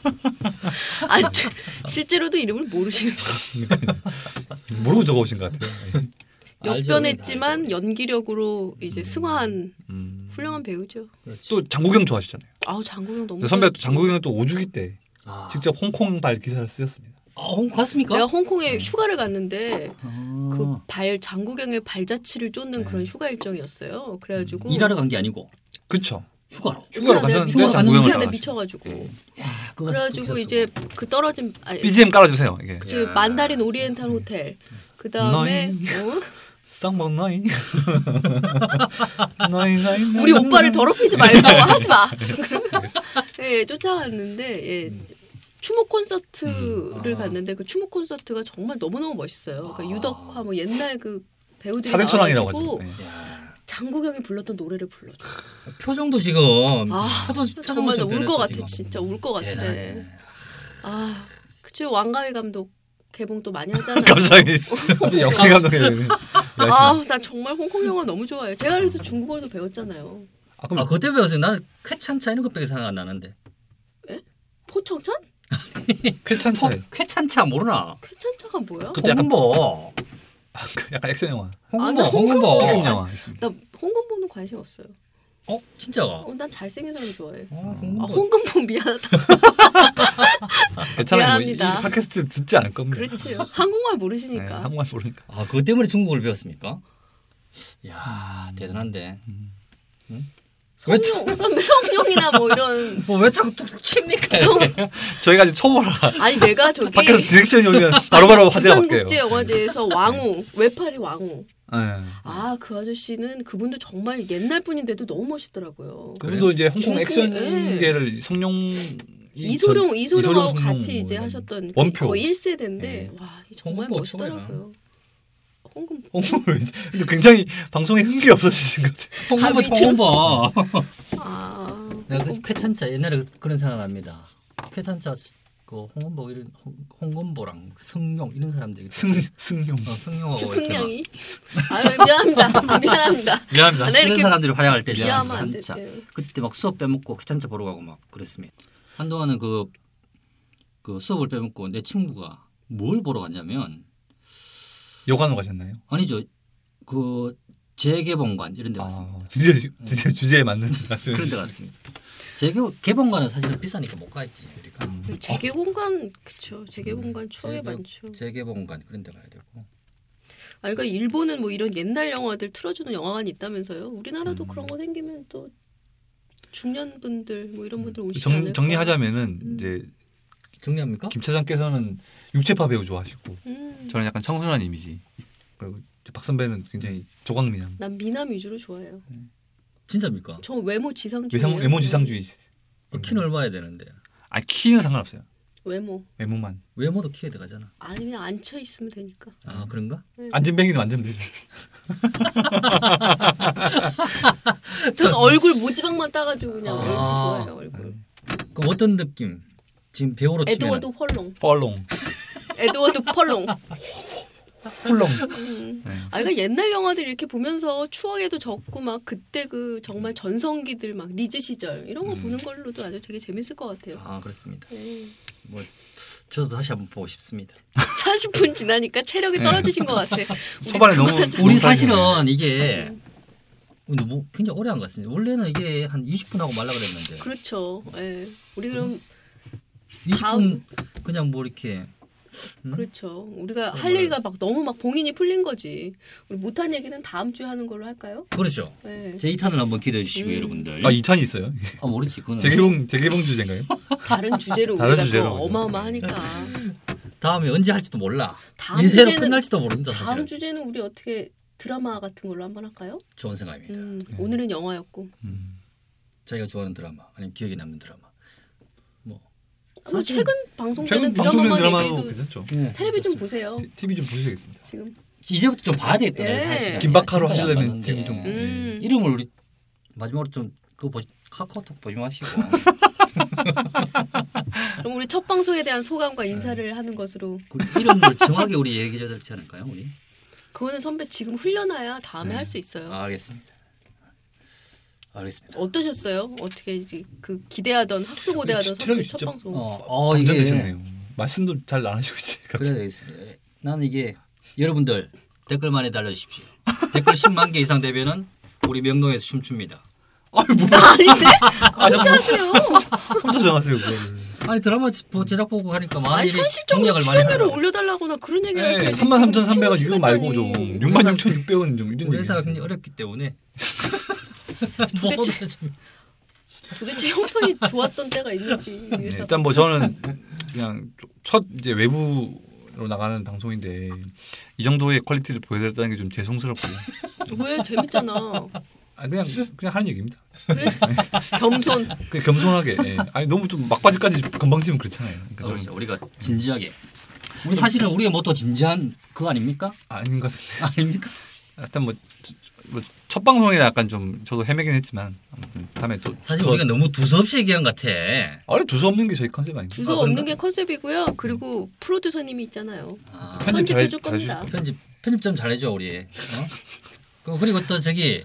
C: 아 저- 실제로도 이름을 모르시는.
D: 모르고 적어오신 것 같아요. 예.
B: 알죠,
C: 역변했지만
B: 알죠.
C: 연기력으로 이제 승화한
D: 음.
C: 훌륭한 배우죠.
B: 그렇지.
D: 또 장국영 좋아하시잖아요.
C: 아우 장국영 너무
D: 선배
C: 잘했지.
D: 장국영은 또 오주기 때
B: 아.
D: 직접 홍콩발 기사를 쓰셨습니다.
B: 아, 홍 갔습니까?
C: 내가 홍콩에 휴가를 갔는데
B: 아.
C: 네. 그 발 장국영의 발자취를 쫓는
D: 네.
C: 그런 휴가 일정이었어요. 그래가지고
B: 음. 일하러 간 게 아니고
D: 그쵸?
B: 휴가로.
D: 휴가로
C: 휴가
D: 가셨는데
B: 내가
D: 장국영을
C: 휴가 내
D: 따라가시고.
B: 네.
C: 미쳐가지고
B: 야, 그거
C: 그래가지고
B: 그거
C: 이제 그 떨어진 아니, 그
D: BGM 깔아주세요. 이게
C: 저기
B: 네. 야.
C: 만다린 오리엔탈 호텔 그 다음에 뭐?
D: 쌍방 나이 나이 나이
C: 우리 오빠를 더럽히지 말고 하지 마.
D: 음. 알겠습니다. 음.
C: 예, 쫓아갔는데 예. 추모 콘서트를
B: 음. 아.
C: 갔는데 그 추모 콘서트가 정말 너무너무 멋있어요. 그러니까
B: 아.
C: 유덕화 뭐 옛날 그 배우들이
D: 사대천왕이라고
C: 나와가지고
D: 하죠. 예.
B: 야.
C: 장국영이 불렀던 노래를 불러줘.
B: 표정도 지금
C: 아,
B: 표도
C: 정말 나 울 것 같아.
B: 지금.
C: 진짜 울 것 같아. 네.
B: 대단하지.
C: 아, 그쵸 왕가위 감독 개봉 또 많이 하잖아요.
D: 갑자기 갑자기 영화 감독이 되네.
C: 아, 나 정말 홍콩 영화 너무 좋아해. 제가 그래서 중국어도 배웠잖아요.
D: 아,
B: 아
D: 그럼
B: 그때 배웠어요. 나는 쾌찬차 이런 것밖에 생각 안 나는데.
C: 포청천?
D: 그 괜찮죠?
B: 어, 쾌찬차 모르나?
C: 쾌찬차가 뭐야?
D: 네. 그때 약간
B: 홍보.
D: 그 약간 액션 영화,
C: 아,
B: 홍보.
C: 나 홍보.
D: 액션
B: 홍보.
D: 영화 있습니다.
C: 나 홍금보는 관심 없어요.
B: 어 진짜가.
C: 어, 난 잘생긴 사람 좋아해.
B: 어,
C: 아,
B: 홍보.
C: 홍금보 미안하다.
D: 괜찮아요. 뭐이
C: 미안합니다. 그러니까.
D: 팟캐스트 듣지 않을 겁니다.
C: 그렇지. 한국말
D: 네,
C: 모르시니까.
D: 한국말 모르니까.
B: 아, 그것 때문에 중국어를 배웠습니까? 야, 대단한데.
C: 성룡 선배 성룡이나 뭐 이런
B: 뭐 왜 자꾸 툭툭 칩니까?
C: 성-
D: 저희가 아직 초보라.
C: 아니 내가 저기
D: 밖에서 디렉션이 오면 바로바로 화제가 바뀌어요.
C: 예. 부산국제영화제에서 왕우 외팔이 왕우
D: 예.
C: 아 그 아저씨는 그분도 정말 옛날 분인데도 너무 멋있더라고요.
D: 그분도 이제 홍콩
C: 중국이- 예.
D: 액션계를 성룡
C: 이소룡 이소룡하고
D: 성룡
C: 같이 이제
D: 뭐 이런-
C: 하셨던 그
D: 원표.
C: 거의 1세대인데
D: 네.
C: 와이 정말
B: 홍금보
C: 멋있더라고요. 홍금
D: 홍보를 근데 굉장히 방송에 흥미 없어지신 것 같아요.
B: 홍보
C: 미치겠-
B: 홍보.
C: 아
B: 내가 그 쾌찬차 옛날에 그- 그런 생각납니다. 쾌찬차 그 홍건보 이런 홍- 홍건보랑 승용 이런 사람들이
D: 승 승룡.
B: 어, 승용하고 이렇게 막
C: 승냥이 아 미안합니다 아, 미안합니다.
D: 미안합니다.
C: 아, 네,
B: 이런
C: 이렇게
B: 사람들이 활약할 때
C: 비하면 안
B: 진짜.
C: 되지.
B: 그때 막 수업 빼먹고 쾌찬차 보러 가고 막 그랬습니다. 한동안은 그, 그 수업을 빼먹고 내 친구가 뭘 보러 갔냐면 네,
D: 요관으로 가셨나요?
B: 아니죠 그 재개봉관 이런 데 갔습니다.
D: 아, 주제 주제 주제에 맞는 말씀.
B: 그런 데 갔습니다. 재개 개봉관은 사실은 비싸니까 못 가있지 그러니까 우리가.
C: 음. 재개 공간 그쵸 재개 공간 추억에
B: 재개-
C: 많죠.
B: 재개봉관 그런 데 가야 되고.
C: 아 그러니까 일본은 뭐 이런 옛날 영화들 틀어주는 영화관이 있다면서요.
D: 음.
C: 우리나라도 그런 거 생기면 또 중년 분들 뭐 이런 분들 오시지
D: 음. 정,
C: 않을까?
D: 정리하자면은
C: 음.
D: 이제
B: 정리합니까?
D: 김 차장께서는 육체파 배우 좋아하시고
C: 음,
D: 저는 약간 청순한 이미지. 그리고 이제 박 선배는 굉장히 조각미남.
C: 난 미남 위주로 좋아해요.
B: 진짜입니까?
C: 저 외모 지상주의.
D: 외모, 외모 지상주의.
B: 어, 키는 얼마야 되는데
D: 아 키는 상관없어요.
C: 외모.
D: 외모만.
B: 외모도 키에 들어가잖아.
C: 아니 그냥 앉혀 있으면 되니까.
B: 아 그런가?
D: 안진뱅이는 완전 되죠.
C: 전 얼굴 모지방만 따가지고 그냥
B: 아.
C: 얼굴 좋아해요 얼굴.
D: 음.
B: 그럼 어떤 느낌? 지금 배우로 치면
C: 에드워드 펄롱.
D: 펄롱.
C: 에드워드 펄롱.
D: 훌렁.
C: 음.
D: 네.
C: 아, 그러니까 옛날 영화들 이렇게 보면서 추억에도 적고 막 그때 그 정말 전성기들 막 리즈 시절 이런 거
D: 음.
C: 보는 걸로도 아주 되게 재밌을 것 같아요.
B: 아 그렇습니다.
C: 네.
B: 뭐 저도 다시 한번 보고 싶습니다.
C: 40분 지나니까 체력이
D: 네.
C: 떨어지신 것 같아. 우리
D: 초반에 너무
C: 그만 자-
B: 우리
D: 너무
B: 사실은
D: 사귀네.
B: 이게 너무 굉장히 오래 한 것 같습니다. 원래는 이게 한 20분 하고 말라 그랬는데
C: 그렇죠. 예. 우리 그럼 다음.
B: 20분 그냥 뭐 이렇게 음.
C: 그렇죠. 우리가 할 얘기가 막 너무 막 봉인이 풀린 거지. 우리 못한 얘기는 다음 주에 하는 걸로 할까요?
B: 그렇죠.
C: 예.
B: 제 2탄을 한번 기대해 주시고
C: 음.
B: 여러분들.
D: 아 2탄이 있어요?
B: 아, 모르지 그건.
D: 재개봉 재개봉 주제인가요?
C: 다른 주제로
D: 다른
C: 우리가
D: 주제로.
C: 또 어마어마하니까
B: 다음에 언제 할지도 몰라.
C: 다음
B: 인생은
C: 주제는
B: 끝날지도 모릅니다.
C: 다음
B: 사실.
C: 주제는 우리 어떻게 드라마 같은 걸로 한번 할까요?
B: 좋은 생각입니다.
C: 음, 오늘은 영화였고
D: 음.
B: 자기가 좋아하는 드라마 아니면 기억에 남는 드라마. 뭐
C: 아, 뭐
B: 사실-
C: 최근 방송되는
D: 최근 방송된
C: 드라마만
D: 드라마도
C: 얘기해도
D: 괜찮죠.
B: 예,
C: 텔레비 좀
B: 그렇습니다.
C: 보세요.
D: 티- TV 좀
B: 아,
D: 보셔야겠습니다.
C: 지금
B: 이제부터 좀 봐야 되겠다.
C: 예.
B: 사실.
D: 긴박하로 하시려면 지금
B: 네.
D: 좀
C: 음.
D: 예.
B: 이름을 우리 마지막으로 좀 그거 보시 카카오톡 보지 마시고
C: 그럼 우리 첫 방송에 대한 소감과 인사를 하는 것으로
B: 그 이름을 정확히 우리 얘기해야 되지 않을까요, 우리?
C: 그거는 선배 지금 흘려놔야 다음에
B: 네.
C: 할 수 있어요.
B: 아, 알겠습니다. 알겠습니다.
C: 어떠셨어요? 어떻게 이제 그 기대하던 학수고대하던
D: 근데
C: 선배
D: 체력이
C: 첫
D: 진짜-
C: 방송.
B: 어,
D: 완전되셨네요. 말씀도 잘 안 하시고 있으니까.
B: 그래야 되겠습니다. 나는 이게 여러분들 댓글 많이 달려주십시오. 댓글 10만 개 이상 되면은 우리 명동에서 춤춥니다.
D: 아니 뭐
C: 아닌데? 혼자 하세요.
D: 혼자 정하세요 그걸.
B: 아니 드라마 지- 보- 제작 보고 하니까 많이
C: 아니 현실적으로
B: 공략을 많이
C: 출연료를
B: 하더라고요.
C: 올려달라고나 그런 얘기를
D: 네,
C: 하셔야지.
D: 33,300원
C: 지금
D: 이거 말고
C: 춤을
D: 좀
C: 추다니.
D: 66,600원 좀 이런
B: 우리
D: 얘기.
B: 회사가 굉장히 어렵기 때문에
C: 도대체-
B: 뭐라도 해줍니다.
C: 도대체 형편이 좋았던 때가 있는지.
D: 네,
C: 그래서
D: 일단 뭐 저는 그냥 첫 이제 외부로 나가는 방송인데 이 정도의 퀄리티를 보여드렸다는 게 좀 죄송스럽고
C: 왜 재밌잖아.
D: 아, 그냥 그냥 하는 얘기입니다.
C: 그래? 겸손.
D: 그냥 겸손하게. 예. 아니 너무 좀 막바지까지 건방지면 그렇잖아요. 그러니까 좀
B: 그렇죠. 우리가 진지하게. 우리 사실은 우리의 모토 진지한 그거 아닙니까?
D: 아닌 것 같은데.
B: 아닙니까?
D: 일단 뭐, 저- 뭐, 첫 방송이라 약간 좀 저도 헤매긴 했지만 아무튼 다음에 또
B: 사실
D: 더-
B: 우리가 너무 두서없이 얘기한 것 같아.
D: 원래 두서 없는 게 저희 컨셉 아닌가요?
C: 주소 없는 게 컨셉이고요. 그리고 프로듀서님이 있잖아요.
B: 아,
D: 편집 잘-
C: 편집해줄
D: 잘해주실
C: 겁니다.
B: 편집 편집 좀 잘해줘 우리. 어? 그- 그리고 또 저기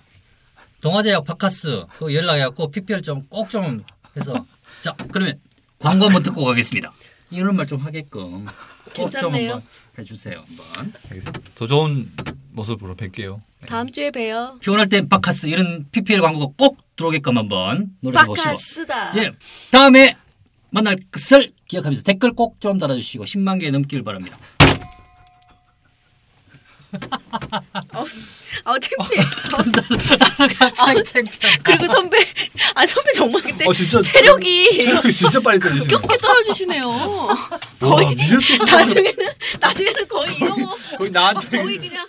B: 동아제약 바카스 그 연락해갖고 PPL 좀 꼭 좀 해서 자 그러면 광고 한번 듣고 가겠습니다. 이런 말 좀 하게끔 꼭 좀
C: 괜찮네요.
B: 한번 해주세요 한번.
D: 알겠습니다. 더 좋은 모습으로 뵐게요. 예.
C: 다음 주에 봬요.
B: 피곤할 땐 바카스 이런 PPL 광고가 꼭 들어오게끔 한번 노력해보시고.
C: 바카스다.
B: 예 다음에 만날 것을 기억하면서 댓글 꼭 좀 달아주시고 10만 개 넘길 바랍니다.
C: 아우 어, 창피해. 어. 아우 창피해. 그리고 선배, 아 선배 정말 그때
D: 어, 진짜
C: 체력이
D: 체력이 진짜 빨리 떨어지시네요.
C: 급격히 떨어지시네요.
D: 와 미쳤어.
C: 나중에는 나중에는 거의 이거
D: 거의 나한테
C: 거의 그냥